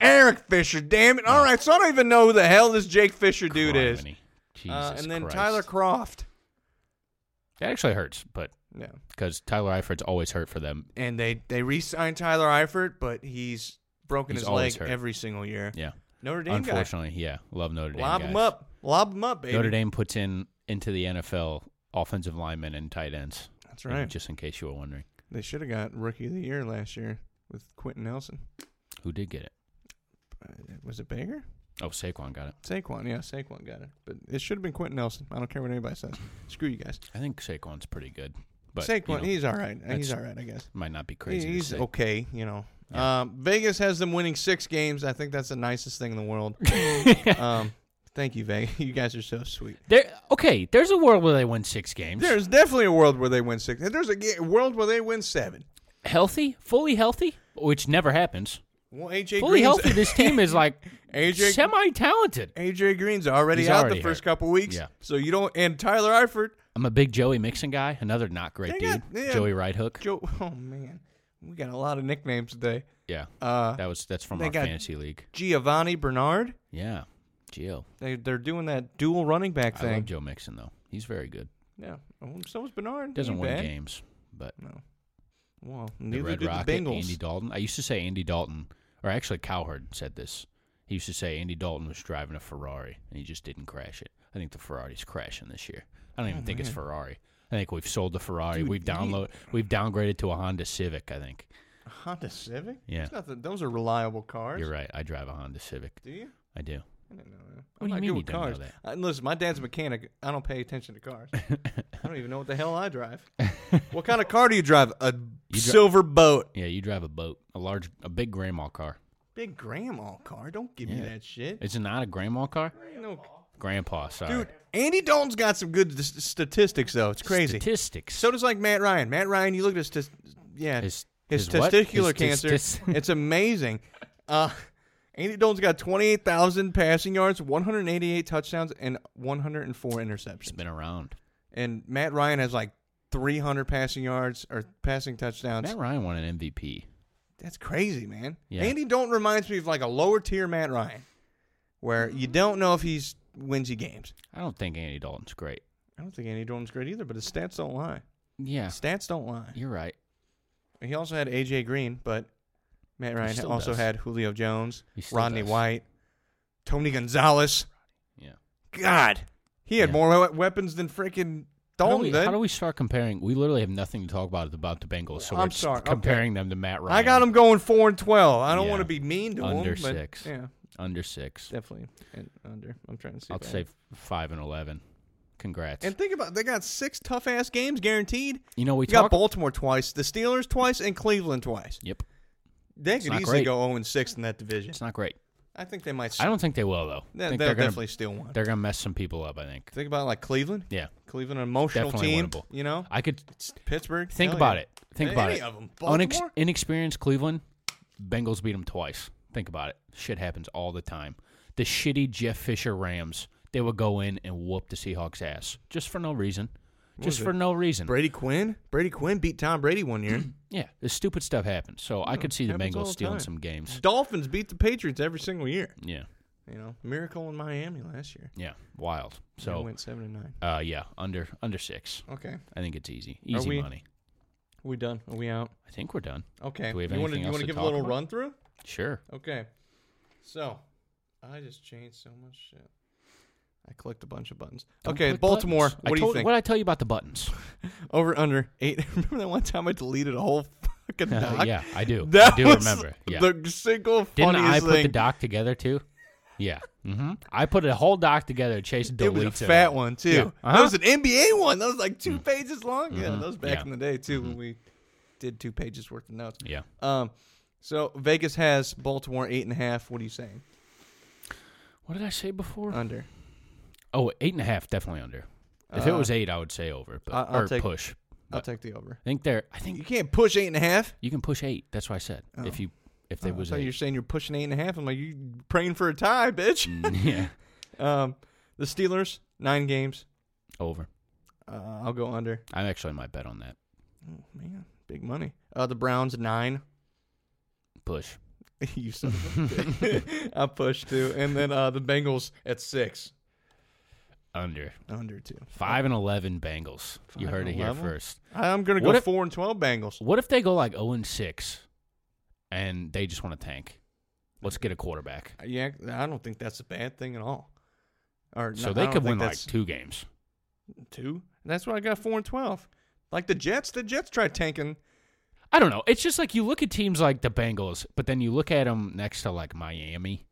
S3: Eric Fisher, damn it! All
S4: Oh.
S3: right, so I don't even know who the hell this Jake Fisher dude is.
S4: Criminy. Jesus
S3: Uh, and then
S4: Christ.
S3: Tyler Croft.
S4: That actually hurts, but
S3: Yeah.
S4: because Tyler Eifert's always hurt for them.
S3: And they they re-signed Tyler Eifert, but he's broken
S4: He's
S3: his leg
S4: always hurt.
S3: every single year.
S4: Yeah.
S3: Notre Dame guy.
S4: Unfortunately, yeah. Love Notre Dame.
S3: Lob him
S4: guys.
S3: up, lob him up, baby.
S4: Notre Dame puts in into the NFL offensive linemen and tight ends.
S3: That's
S4: And
S3: right.
S4: Just in case you were wondering,
S3: They should have got Rookie of the Year last year with Quentin Nelson.
S4: who did get it?
S3: Uh, Was it Baker?
S4: Oh, Saquon got it.
S3: Saquon, yeah, Saquon got it, but it should have been Quentin Nelson. I don't care what anybody
S4: *laughs*
S3: says. Screw you guys.
S4: I think Saquon's pretty good, but
S3: Saquon,
S4: you know,
S3: he's all right.
S4: that's-
S3: He's all right, I guess.
S4: might not be crazy. to
S3: He's
S4: say.
S3: okay, you know. Um, Vegas has them winning six games. I think that's the nicest thing in the
S4: *laughs*
S3: world. um, thank you, Vegas. You guys are so sweet.
S4: There, okay, there's a world where they win six games.
S3: There's definitely a world where they win six. There's a ga- world where they win seven.
S4: healthy, fully healthy, which never happens.
S3: Well, AJ
S4: fully
S3: Green's, *laughs*
S4: healthy, this team is like
S3: AJ
S4: semi-talented.
S3: AJ Green's already
S4: He's
S3: out
S4: already
S3: the first
S4: hurt.
S3: couple weeks.
S4: Yeah.
S3: So you don't. And Tyler Eifert,
S4: I'm a big Joey Mixon guy. Another not great
S3: They
S4: dude,
S3: got- yeah.
S4: Joey Right Hook.
S3: Joe. Oh man, we got a lot of nicknames today.
S4: yeah,
S3: Uh,
S4: that was that's from
S3: they
S4: our
S3: got-
S4: fantasy league.
S3: Giovanni Bernard.
S4: Yeah, Gio.
S3: They they're doing that dual running back
S4: I
S3: thing.
S4: love Joe Mixon though. He's very good.
S3: yeah. Oh, So was Bernard. He
S4: Doesn't
S3: ain't
S4: win
S3: bad.
S4: games, but
S3: No. Well,
S4: the
S3: neither
S4: Red
S3: did
S4: Rocket,
S3: the Bengals. *laughs*
S4: Andy Dalton. I used to say Andy Dalton, or actually Cowherd said this. He used to say Andy Dalton was driving a Ferrari and he just didn't crash it. I think the Ferrari's crashing this year. I don't even think it's Ferrari. I think we've sold the Ferrari.
S3: Oh, Dude,
S4: we've
S3: you need-
S4: download. We've downgraded to a Honda Civic. I think
S3: Honda Civic?
S4: Yeah.
S3: It's nothing- those are reliable cars.
S4: you're right. I drive a Honda Civic.
S3: Do you?
S4: I do.
S3: I didn't know that.
S4: What do you
S3: not
S4: mean
S3: good
S4: you
S3: with
S4: don't know
S3: cars.
S4: that?
S3: I- listen, my dad's a mechanic. I don't pay attention to
S4: *laughs*
S3: cars. I don't even know what the hell I drive. what kind of car do you drive? A
S4: dri-
S3: silver boat.
S4: Yeah, you drive a boat, a large, a big grandma car.
S3: Big grandma car. Don't give me
S4: Yeah.
S3: that shit.
S4: Is it not a grandma car?
S3: No-
S4: Grandpa, sorry.
S3: dude, Andy Dalton's got some good s- statistics, though. It's crazy.
S4: Statistics.
S3: So does like Matt Ryan. Matt Ryan, you look at his, tis- yeah,
S4: His-
S3: his,
S4: his what?
S3: testicular
S4: His
S3: cancer.
S4: *laughs* testis-
S3: it's amazing. Uh, Andy Dalton's got twenty eight thousand passing yards, one hundred eighty eight touchdowns, and one hundred and four
S4: it's
S3: interceptions.
S4: been around.
S3: And Matt Ryan has like three hundred passing yards or passing touchdowns.
S4: Matt Ryan won an MVP.
S3: That's crazy, man.
S4: Yeah.
S3: Andy Dalton reminds me of like a lower tier Matt Ryan, where
S4: Mm-hmm.
S3: you don't know if he's wins you games.
S4: I don't think Andy Dalton's great.
S3: I don't think Andy Dalton's great either, but his stats don't lie.
S4: Yeah,
S3: Stats don't lie.
S4: you're right.
S3: He also had AJ Green, but Matt Ryan
S4: still
S3: also
S4: does.
S3: had Julio Jones,
S4: He still
S3: Rodney
S4: does.
S3: White, Tony Gonzalez.
S4: Yeah.
S3: God, he had
S4: Yeah.
S3: more we- weapons than freaking
S4: how, do we,
S3: Dalton.
S4: how
S3: Then
S4: do we start comparing? We literally have nothing to talk about about the Bengals, so
S3: I'm
S4: we're
S3: sorry,
S4: just
S3: okay.
S4: comparing them to Matt Ryan.
S3: I got him going four and twelve. I don't
S4: Yeah.
S3: want to be mean to
S4: Under
S3: him. but-
S4: six.
S3: Yeah,
S4: under six.
S3: definitely and under. I'm trying to see.
S4: I'll
S3: if I-
S4: say f- five and eleven. Congrats.
S3: And think about they got six tough ass games guaranteed.
S4: you know we
S3: You got
S4: talked.
S3: Baltimore twice, the Steelers twice, and Cleveland twice.
S4: Yep.
S3: They
S4: It's
S3: could
S4: not
S3: easily
S4: great.
S3: go zero and six in that division.
S4: It's not great.
S3: I think they might.
S4: I don't think they will though. I
S3: They,
S4: think
S3: they'll
S4: they're gonna,
S3: definitely steal one.
S4: They're gonna mess some people up. I think.
S3: Think about like Cleveland.
S4: Yeah.
S3: Cleveland, an emotional
S4: Definitely
S3: team.
S4: winnable.
S3: You know,
S4: I could
S3: It's Pittsburgh.
S4: think
S3: Hell
S4: about
S3: yeah.
S4: it. Think
S3: Any
S4: about it.
S3: of 'em.
S4: Unex-
S3: Baltimore?
S4: inexperienced Cleveland, Bengals beat them twice. Think about it. Shit happens all the time. The shitty Jeff Fisher Rams, they would go in and whoop the Seahawks ass just for no reason. Just for no reason.
S3: Brady Quinn. Brady Quinn beat Tom Brady one year.
S4: *clears throat* Yeah, the stupid stuff happens. So I could see the
S3: happens all
S4: Bengals
S3: the
S4: stealing
S3: time.
S4: some games.
S3: Dolphins beat the Patriots every single year.
S4: Yeah,
S3: You know, miracle in Miami last year.
S4: yeah, wild.
S3: they
S4: So
S3: went seven and nine.
S4: uh, yeah, under under six.
S3: Okay,
S4: I think it's easy,
S3: Are
S4: easy
S3: we-
S4: money.
S3: Are we done. Are we out?
S4: I think we're done.
S3: Okay.
S4: Do we have
S3: you wanna-
S4: anything
S3: you
S4: else
S3: wanna
S4: to
S3: give a
S4: talk
S3: little
S4: about?
S3: run through?
S4: Sure.
S3: Okay. So, I just changed so much shit. I clicked a bunch of buttons.
S4: Don't
S3: okay,
S4: click
S3: Baltimore.
S4: buttons. I
S3: What do you
S4: told-
S3: think?
S4: What I tell you about the buttons?
S3: Over under eight. *laughs* remember that one time I deleted a whole fucking
S4: *laughs*
S3: doc?
S4: yeah, I do.
S3: That
S4: I do
S3: was
S4: remember. Yeah.
S3: The single funniest
S4: Didn't I put
S3: thing.
S4: the doc together too? Yeah. hmm I put a whole doc together. Chase
S3: it was a
S4: deletes
S3: fat one too.
S4: uh, Yeah.
S3: That
S4: Uh-huh.
S3: was an NBA one. That was like 2 pages long. Yeah,
S4: Mhm.
S3: that was back
S4: Yeah. Mm-hmm.
S3: in the day too when we did two pages worth of notes.
S4: Yeah.
S3: Um, so Vegas has Baltimore eight and a half. What are you saying?
S4: What did I say before?
S3: Under.
S4: oh, eight and a half, definitely under. If it
S3: Uh,
S4: was eight, I would say over, but,
S3: I- I'll
S4: or
S3: take-
S4: push.
S3: I'll
S4: But
S3: take the over.
S4: I think they're. I
S3: You
S4: think
S3: can't push eight and a half.
S4: you can push eight. That's what I said. If you if they
S3: Oh, I
S4: was
S3: thought
S4: eight.
S3: you're saying you're pushing eight and a half. I'm like, you praying for a tie, bitch.
S4: *laughs* yeah.
S3: Um, the Steelers nine games.
S4: Over.
S3: Uh, I'll go under.
S4: I actually might bet on that.
S3: Oh, man, big money. Uh, the Browns nine. *laughs*
S4: Push.
S3: you son of
S4: *laughs*
S3: a bitch. I pushed two, and then uh, the Bengals at six.
S4: Under.
S3: Under two.
S4: Five and eleven Bengals. you
S3: Five
S4: heard
S3: and
S4: it here
S3: 11?
S4: first.
S3: I'm gonna go
S4: What if-
S3: four and twelve Bengals.
S4: What if they go like zero and six, and they just want to tank? Let's get a quarterback.
S3: Yeah, I don't think that's a bad thing at all. Or
S4: So
S3: no, I
S4: they
S3: don't
S4: could
S3: think
S4: win like
S3: that's
S4: two games.
S3: two. That's why I got four and twelve. Like the Jets, the Jets tried tanking.
S4: I don't know. It's just like you look at teams like the Bengals, but then you look at them next to like Miami,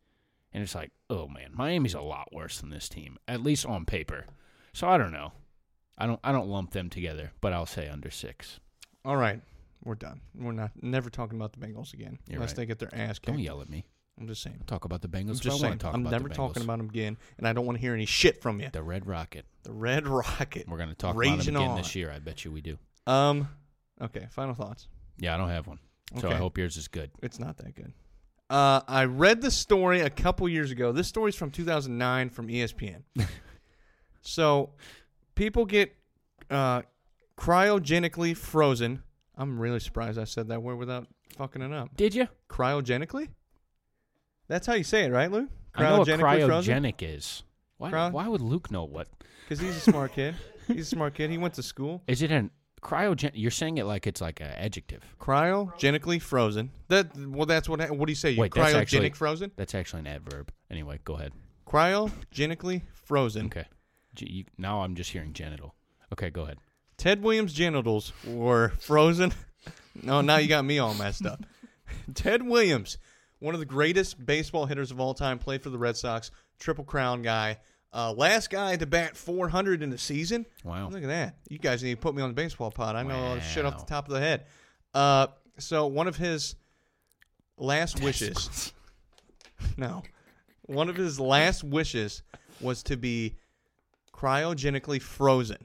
S4: and it's like, oh man, Miami's a lot worse than this team, at least on paper. So I don't know. I don't. I don't lump them together, but I'll say under six.
S3: All right, we're done. We're not never talking about the Bengals again
S4: You're
S3: unless
S4: right.
S3: they get their ass kicked.
S4: Don't yell at me.
S3: I'm just saying.
S4: I'll talk about the Bengals.
S3: I'm
S4: if
S3: just
S4: I
S3: saying.
S4: want to talk
S3: I'm
S4: about
S3: never
S4: the Bengals.
S3: talking about them again, and I don't want to hear any shit from you.
S4: the Red Rocket.
S3: The Red *laughs* Rocket.
S4: We're going to talk about
S3: Raging
S4: them again
S3: on.
S4: this year. I bet you we do.
S3: Um. Okay. Final thoughts.
S4: Yeah, I don't have one, so
S3: Okay.
S4: I hope yours is good.
S3: It's not that good. Uh, I read this story a couple years ago. This story's from 2009 from E ESPN.
S4: *laughs*
S3: so, people get uh, cryogenically frozen. I'm really surprised I said that word without fucking it up.
S4: Did you?
S3: Cryogenically? That's how you say it, right, Luke?
S4: I know what
S3: frozen?
S4: cryogenic is. Why,
S3: Cryo-
S4: why would Luke know what?
S3: Because he's a smart kid. He's a smart kid. He went to school.
S4: Is it an cryogen? You're saying it like it's like an adjective.
S3: Cryogenically frozen. That well, that's what. What do you say? You
S4: Wait, that's
S3: cryogenic
S4: actually-
S3: frozen.
S4: That's actually an adverb. Anyway, go ahead.
S3: Cryogenically frozen.
S4: Okay. G- you, now I'm just hearing genital. Okay, go ahead.
S3: Ted Williams' genitals were frozen. *laughs* no, now you got me all messed up. *laughs* Ted Williams, one of the greatest baseball hitters of all time, played for the Red Sox, triple crown guy, uh, last guy to bat 400 in the season.
S4: Wow.
S3: Look at that. You guys need to put me on the baseball pod. I know all this shit off
S4: Wow.
S3: the top of the head. Uh, so one of his last wishes. *laughs* no. One of his last wishes was to be cryogenically frozen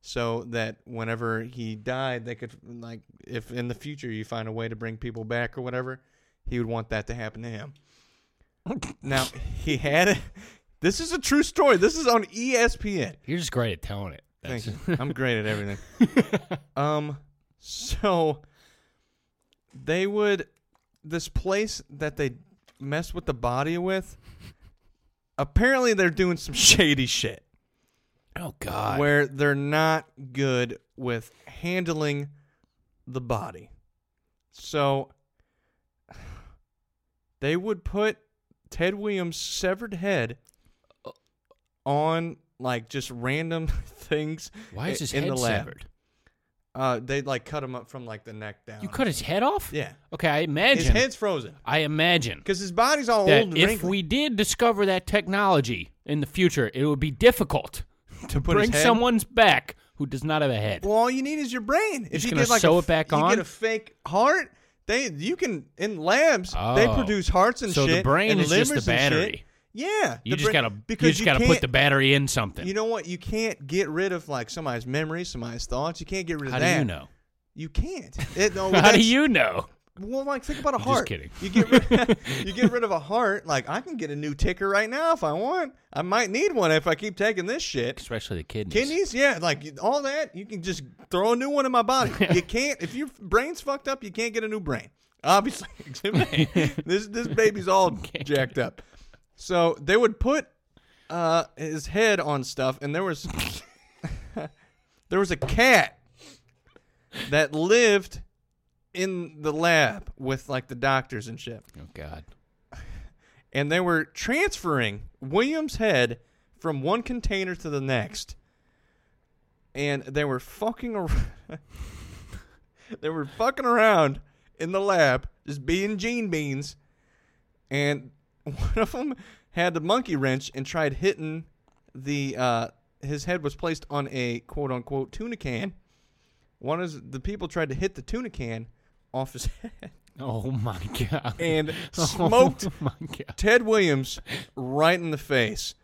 S3: so that whenever he died they could like if in the future you find a way to bring people back or whatever he would want that to happen to him now he had it this is a true story this is on E espn
S4: You're just great at telling it.
S3: Thank
S4: That's,
S3: you. I'm great at everything. um, so they would this place that they mess with the body with. Apparently, they're doing some shady shit
S4: oh God.
S3: where they're not good with handling the body. So *sighs* they would put Ted Williams' severed head on like just random *laughs* things.
S4: why
S3: i-
S4: is his
S3: in
S4: head
S3: the lab.
S4: severed?
S3: Uh, they like cut him up from like the neck down.
S4: You cut his head off?
S3: Yeah.
S4: Okay, I imagine.
S3: His head's frozen
S4: I imagine.
S3: because his body's all
S4: that
S3: old. And
S4: if
S3: wrinkly.
S4: we did discover that technology in the future, it would be difficult
S3: to put
S4: Bring
S3: his head.
S4: someone's back who does not have a head.
S3: Well, all you need is your brain. If
S4: just
S3: you
S4: gonna
S3: get like
S4: sew
S3: a,
S4: it back
S3: you
S4: on?
S3: get a fake heart. They you can in labs they
S4: Oh.
S3: produce hearts and
S4: So the
S3: shit.
S4: brain
S3: and
S4: is just the
S3: livers and shit.
S4: battery.
S3: Yeah,
S4: You
S3: the
S4: just
S3: bra-
S4: gotta
S3: because
S4: you just gotta put
S3: can't-
S4: the battery in something.
S3: You know what? You can't get rid of like somebody's memories, somebody's thoughts. You can't get rid of
S4: How
S3: that.
S4: do you know?
S3: You can't. It, no,
S4: *laughs* How do
S3: that's-
S4: you know?
S3: Well, like think about a
S4: I'm just
S3: heart.
S4: kidding.
S3: You get
S4: *laughs*
S3: rid, you get rid of a heart. Like I can get a new ticker right now if I want. I might need one if I keep taking this shit.
S4: Especially the kidneys.
S3: Kidneys, yeah, like you- all that. You can just throw a new one in my body. you can't if your brain's fucked up. You can't get a new brain. Obviously, *laughs* this this baby's all jacked up. So they would put uh, his head on stuff, and there was *laughs* there was a cat that lived in the lab with like the doctors and shit
S4: Oh God.
S3: and they were transferring William's head from one container to the next. And they were fucking ar- *laughs* they were fucking around in the lab, just being gene beans. And one of them had the monkey wrench and tried hitting the uh his head was placed on a quote unquote tuna can. One of the people tried to hit the tuna can off his *laughs* head
S4: Oh my God.
S3: and
S4: *laughs* Oh
S3: smoked
S4: my God.
S3: Ted Williams right in the face.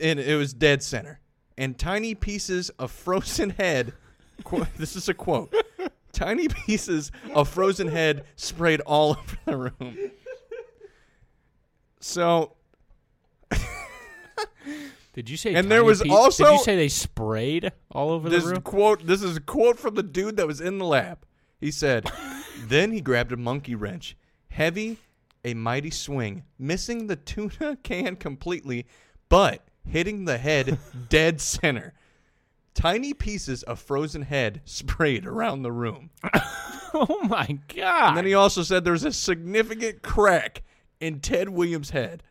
S3: And it was dead center. And tiny pieces of frozen head. Qu- *laughs* this is a quote. Tiny pieces of frozen head sprayed all *laughs* over the room. So,
S4: Did you say?
S3: And there
S4: tiny
S3: was
S4: pie- Did
S3: also-
S4: you say they sprayed all over
S3: this
S4: the room?
S3: quote this is a quote from the dude that was in the lab. He said, *laughs* "Then he grabbed a monkey wrench, heavy, a mighty swing, missing the tuna *laughs* can completely, but hitting the head dead center. Tiny pieces of frozen head sprayed around the room."
S4: *laughs* oh my God.
S3: And then he also said there's a significant crack in Ted Williams' head.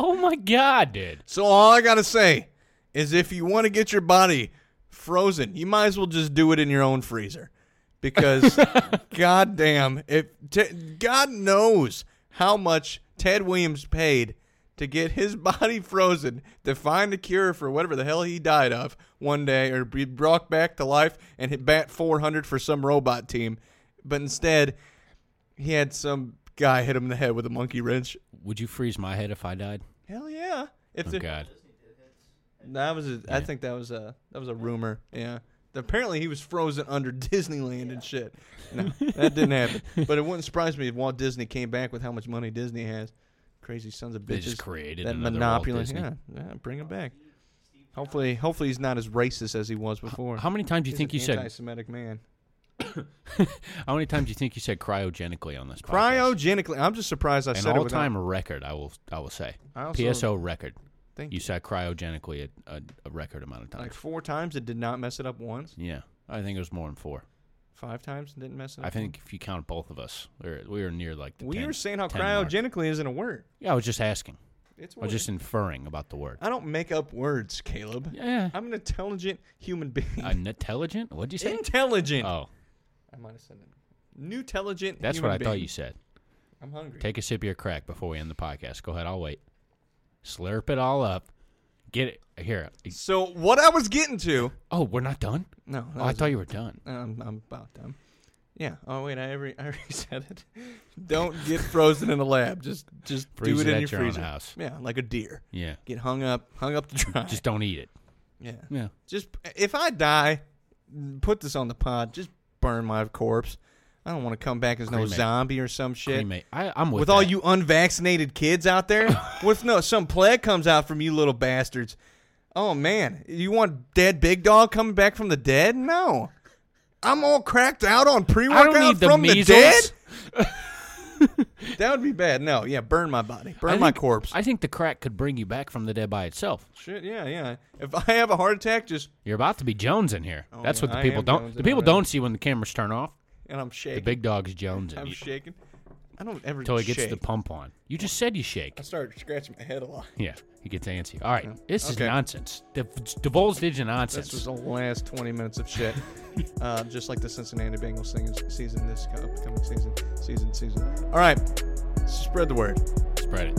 S4: oh my God, dude.
S3: So all I gotta say is, if you want to get your body frozen, you might as well just do it in your own freezer, because goddamn, if Te- God knows how much Ted Williams paid to get his *laughs* body frozen to find a cure for whatever the hell he died of one day, or be brought back to life and hit bat 400 for some robot team, but instead he had some guy hit him in the head with a monkey wrench.
S4: Would you freeze my head if I died?
S3: Hell yeah! If
S4: Oh
S3: the-
S4: God.
S3: That was a, I think that was a that was a rumor. Yeah. Apparently he was frozen under *laughs* Disneyland and shit.
S4: *laughs*
S3: No, that didn't happen. But it wouldn't surprise me if Walt Disney came back with how much money Disney has. Crazy sons of bitches.
S4: They just created
S3: that
S4: another Walt
S3: monopoly.
S4: Disney.
S3: Yeah, yeah, bring him back. Hopefully, hopefully he's not as racist as he was before.
S4: How many times do you
S3: He's
S4: think
S3: an
S4: you said?
S3: anti-Semitic man?
S4: How many times do you think you said cryogenically on this? podcast?
S3: Cryogenically, I'm just surprised I
S4: an
S3: said it without-
S4: all-time record. I will. I will say
S3: I also-
S4: PSO record.
S3: Thank
S4: you said cryogenically a, a, a record amount of times.
S3: like four times. It did not mess it up once.
S4: yeah, I think it was more than four.
S3: Five times it didn't mess it up.
S4: I think if you count both of us, we were, we were near like. The
S3: we
S4: 10
S3: were saying how
S4: 10 mark.
S3: cryogenically isn't a word.
S4: Yeah, I was just asking.
S3: It's
S4: I was
S3: word.
S4: just inferring about the word.
S3: I don't make up words, Caleb.
S4: Yeah.
S3: I'm an intelligent human being.
S4: *laughs*
S3: *laughs*
S4: An intelligent? What'd you say?
S3: intelligent.
S4: Oh,
S3: I might have said it. New intelligent.
S4: that's
S3: human
S4: what I thought
S3: being.
S4: you said.
S3: I'm hungry.
S4: Take a sip of your crack before we end the podcast. Go ahead, I'll wait. Slurp it all up. Get it here.
S3: so what I was getting to.
S4: Oh, we're not done.
S3: No, that
S4: Oh, I
S3: was-
S4: thought you were done.
S3: Um, I'm about done. Yeah. Oh wait, I already, *laughs* I already said it. Don't get frozen in a lab. Just just
S4: Freeze
S3: do it
S4: it
S3: in
S4: at
S3: your
S4: your own
S3: freezer.
S4: house.
S3: Yeah, like a deer.
S4: Yeah.
S3: Get hung up, hung up to dry.
S4: Just don't eat it.
S3: *laughs* yeah.
S4: Yeah.
S3: Just if I die, put this on the pod. Just burn my corpse. I don't want to come back as no
S4: Cremate.
S3: zombie or some shit.
S4: Cremate. I, I'm with,
S3: with, all
S4: that.
S3: you unvaccinated kids out
S4: *laughs*
S3: there. with no some plague comes out from you little bastards. Oh man, you want dead big dog coming back from the dead? No. I'm all cracked out on
S4: I don't need
S3: pre-workout
S4: the
S3: from the,
S4: measles.
S3: dead. That would be bad. No, yeah, burn my body, burn
S4: I
S3: my
S4: think-
S3: corpse.
S4: I think the crack could bring you back from the dead by itself.
S3: Shit, yeah, yeah. If I have a heart attack, just
S4: You're about to be Jones in here.
S3: Oh,
S4: That's
S3: yeah,
S4: what the
S3: I
S4: people
S3: am
S4: don't. The
S3: jonesing
S4: people
S3: already.
S4: don't see when the cameras turn off.
S3: and I'm
S4: The
S3: shaking.
S4: big dog's Jones in
S3: I'm
S4: you
S3: shaking. I don't ever
S4: until he gets
S3: shake.
S4: the pump on. You just said you shake.
S3: I started scratching my head a lot.
S4: Yeah, he gets antsy. All right, this is
S3: Okay.
S4: nonsense. The Devol's digital nonsense.
S3: This was the last 20 minutes of shit. uh, just like the Cincinnati Bengals singing season this co- upcoming season, season, season. All right, spread the word.
S4: Spread it.